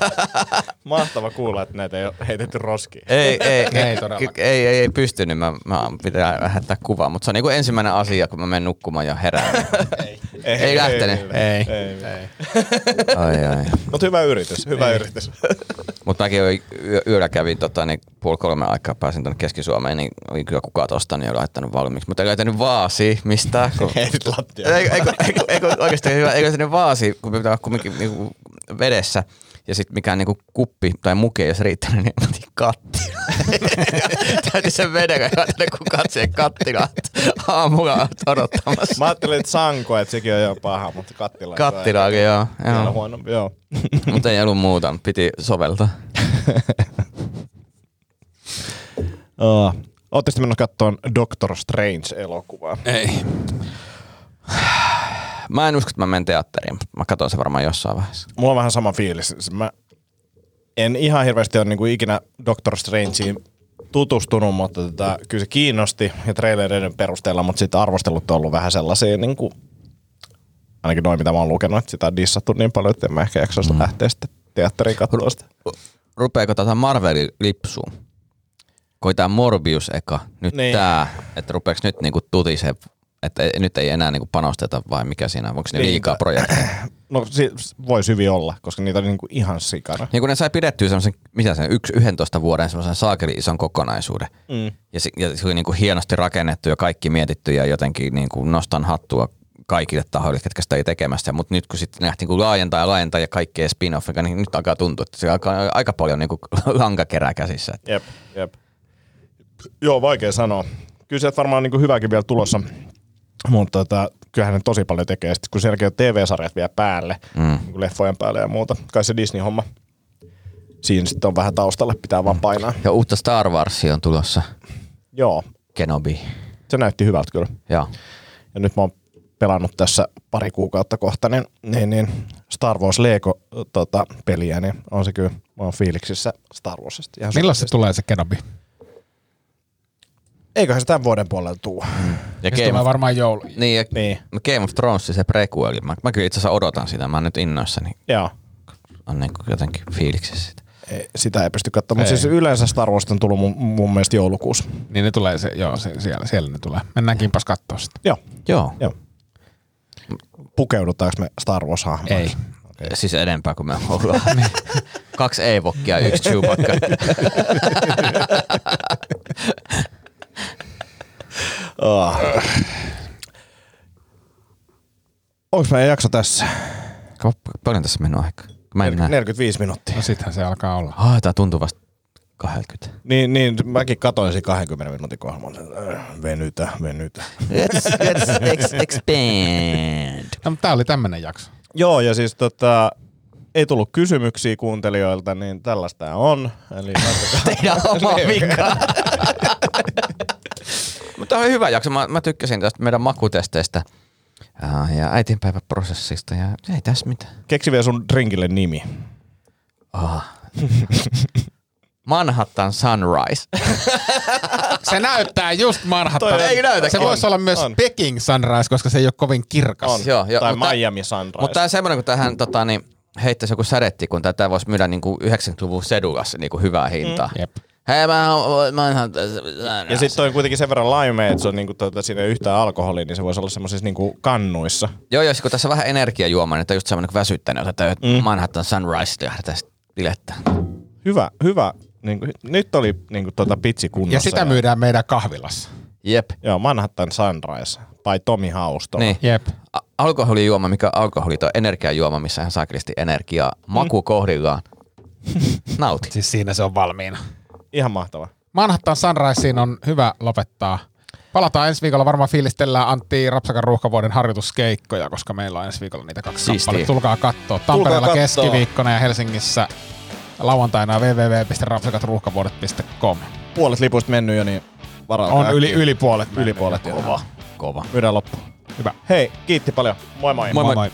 C: mahtava kuulla, että näitä ei ole heitetty roskiin.
A: ei, ei,
D: Ei
A: ei,
D: todellakaan.
A: ei, ei, ei pystynyt, mä, mä pitää lähettää kuvaa, mutta se on niinku ensimmäinen asia, kun mä menen nukkumaan ja herään. ei, ei lähtenyt.
D: Ei.
A: Ai, ai.
C: Mutta hyvä yritys, hyvä yritys.
A: Mutta mäkin oli yö, yöllä kävin tota, niin puoli kolme aikaa pääsin tänne Keski-Suomeen, niin oli kyllä kukaan tosta, niin oli laittanut valmiiksi. Mutta ei löytänyt vaasi mistään.
C: *laughs*
A: Kun...
C: Ei nyt lattia.
A: Ei- Eikö, eikö, eikö, oikeasti hyvä, eikö se ne vaasi, kun pitää olla kumminkin niinku vedessä, ja sitten mikään niinku kuppi tai muki ei olisi riittänyt, niin mä otin kattilan. *laughs* Täytin sen veden, kun ajattelin, kun katseen kattilaan aamulla olet odottamassa.
C: Mä ajattelin, että sanko, että sekin on jo paha, mutta kattila. on
A: Kattilaa, joo.
C: kyllä- kyllä
A: joo.
C: huonompi, joo.
A: Mutta ei ollut muuta, piti soveltaa.
C: Uh, Ootte sitten mennyt kattoon Doctor Strange-elokuvaa.
D: Ei.
A: Mä en usko, että mä menen teatteriin, mutta mä katson se varmaan jossain vaiheessa.
C: Mulla on vähän sama fiilis. Mä en ihan hirveästi ole niinku ikinä Doctor Strangeen tutustunut, mutta tota, kyllä se kiinnosti ja trailereiden perusteella, mutta sitten arvostelut on ollut vähän sellaisia, niinku, ainakin noin mitä mä oon lukenut, että sitä on dissattu niin paljon, että en mä ehkä jaksa mm. lähteä sitten teatteriin katsoa sitä.
A: Rupeeko tätä Marvelin lipsuun? Kun oli tää Morbius eka, nyt
C: Niin.
A: niin. tää, että rupeeks nyt niinku tutisee, että ei, nyt ei enää niinku panosteta vai mikä siinä on, onko ne
C: Niin,
A: liikaa
C: tää-
A: projekteja?
C: No siis voisi hyvin olla, koska niitä on niinku ihan sikana.
A: Niin kun ne sai pidettyä semmoisen, mitä sen, yksi 11 vuoden semmoisen saakeli ison kokonaisuuden. Mm. Ja, se, ja se oli niin kuin hienosti rakennettu ja kaikki mietitty ja jotenkin niin kuin nostan hattua kaikille tahoille, ketkä sitä ei tekemässä. Mutta nyt kun sitten nähtiin kun laajentaa ja laajentaa ja kaikkea spin off niin nyt alkaa tuntua, että se alkaa aika paljon niin kuin *laughs* lankakerää käsissä. Et
C: Jep, jep. Joo, vaikea sanoa. Kyllä sieltä varmaan niin hyväkin vielä tulossa, mutta tota, kyllähän ne tosi paljon tekee. Sitten kun sielläkin on TV-sarjat vielä päälle, mm. niin leffojen päälle ja muuta. Kai se Disney-homma. Siinä sitten on vähän taustalle, pitää vaan painaa.
A: Ja uutta Star Warsia on tulossa,
C: Joo,
A: Kenobi.
C: se näytti hyvältä kyllä.
A: Joo.
C: Ja nyt mä oon pelannut tässä pari kuukautta kohta, niin, niin, niin Star Wars Lego tota, peliä, niin on se kyllä, mä oon fiiliksissä Star Warsista. Ihan
D: Milloin se
C: syvästi.
D: tulee se Kenobi?
C: Eiköhän se tämän vuoden puolella tuu.
A: Ja
D: Se
A: Game
D: tulee
A: of,
D: varmaan joulu.
A: niin, ja
C: Niin.
A: Game of Thrones, se prequel. Mä, mä kyllä itse asiassa odotan sitä, mä oon nyt innoissani.
C: Joo.
A: On niin kuin jotenkin fiiliksissä sitä.
C: Ei, sitä ei pysty katsomaan.
D: Ei.
C: Mutta siis yleensä Star Wars on tullut mun, mun mielestä joulukuussa.
D: Niin ne tulee, se, joo, se, siellä, siellä ne tulee. Mennään kimpas katsoa sitä.
C: Joo.
A: Joo.
C: Joo. Pukeudutaanko me Star wars hahmoiksi
D: Ei.
A: Siis enempää kuin me ollaan. *laughs* Kaksi Eivokkia ja yksi Chewbacca.
C: Oh. Onko meidän jakso tässä?
A: Ka- Paljon tässä mennyt aikaa? Mä en näe.
C: 45 minuuttia.
D: No sittenhän se alkaa olla.
A: Ah, tää tuntuu vasta 20.
C: Niin, niin mäkin katoin siinä 20 minuutin kohdalla. Äh, Venytä, *laughs* venytä.
A: Let's, let's ex- *laughs* expand.
D: No, mutta tää oli tämmönen jakso.
C: Joo, ja siis tota, ei tullut kysymyksiä kuuntelijoilta, niin tällaista tää on. *laughs* Eli
A: Teidän oma *laughs* vika. Mutta oli hyvä jakso. Mä, mä tykkäsin tästä meidän makutesteistä ah, ja äitinpäiväprosessista ja ei tässä mitään.
C: keksi vielä sun drinkille nimi.
A: *laughs* Ah. Manhattan Sunrise.
D: Se näyttää just
C: Toi on-
D: Manhattan.
A: Ei näytä
D: Se
A: kyllä.
D: voisi olla myös
C: On.
D: Peking Sunrise, koska se ei ole kovin kirkas.
C: On.
A: Joo, joo,
C: tai
A: mutta-
C: Miami Sunrise.
A: Mutta tämä on semmoinen, kun tähän tota, niin, heittäisi joku sädetti, kun tätä voisi myydä niin kuin 90-luvun sedulassa niin kuin hyvää hintaa. Mm.
D: Jep.
A: Hei, mä, oon- mä, mä,
C: Ja sitten on kuitenkin sen verran laimea, että se on niinku tuota, siinä ei ole yhtään alkoholia, niin se voisi olla semmoisissa niinku kannuissa.
A: Joo, jos kun tässä on vähän energiajuomaa, niin että just semmoinen, kun väsyttää, niin otetaan mm. Manhattan Sunrise ja lähdetään sitten bilettään.
C: Hyvä, hyvä. Niinku, nyt oli niinku tuota pitsi kunnossa.
D: Ja sitä myydään meidän kahvilassa.
A: Jep.
C: Joo, Manhattan Sunrise by Tomi Haustola.
A: Niin.
D: Jep.
A: A- alkoholijuoma, mikä on alkoholi, on energiajuoma, missä hän saa kristi energiaa. Maku kohdillaan. Nauti.
D: Siis siinä se on valmiina.
C: Ihan mahtava.
D: Manhattan Sunriseen on hyvä lopettaa. Palataan ensi viikolla, varmaan fiilistellään Antti Rapsakan ruuhkavuoden harjoituskeikkoja, koska meillä on ensi viikolla niitä kaksi
A: Siistiä.
D: kappaletta. Tulkaa katsoa. Tampereella
C: kattoo.
D: keskiviikkona ja Helsingissä lauantaina www.rapsakatruuhkavuodet.com.
C: Puolet lipuista mennyt jo, niin varalkaa.
D: On yli, yli puolet.
C: yli puolet. Kova.
A: Kova.
C: Myydään loppu.
D: Hyvä.
C: Hei, kiitti paljon. Moi moi.
D: Moi moi. moi.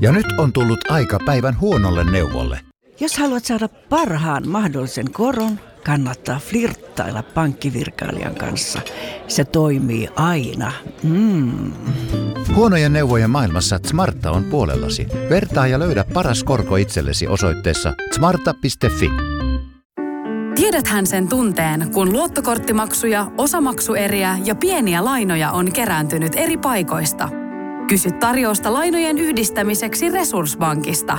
E: Ja nyt on tullut aika päivän huonolle neuvolle.
F: Jos haluat saada parhaan mahdollisen koron, kannattaa flirttailla pankkivirkailijan kanssa. Se toimii aina. Mm.
E: Huonojen neuvojen maailmassa Smarta on puolellasi. Vertaa ja löydä paras korko itsellesi osoitteessa smarta.fi.
G: Tiedäthän sen tunteen, kun luottokorttimaksuja, osamaksueriä ja pieniä lainoja on kerääntynyt eri paikoista. Kysy tarjousta lainojen yhdistämiseksi Resurssbankista.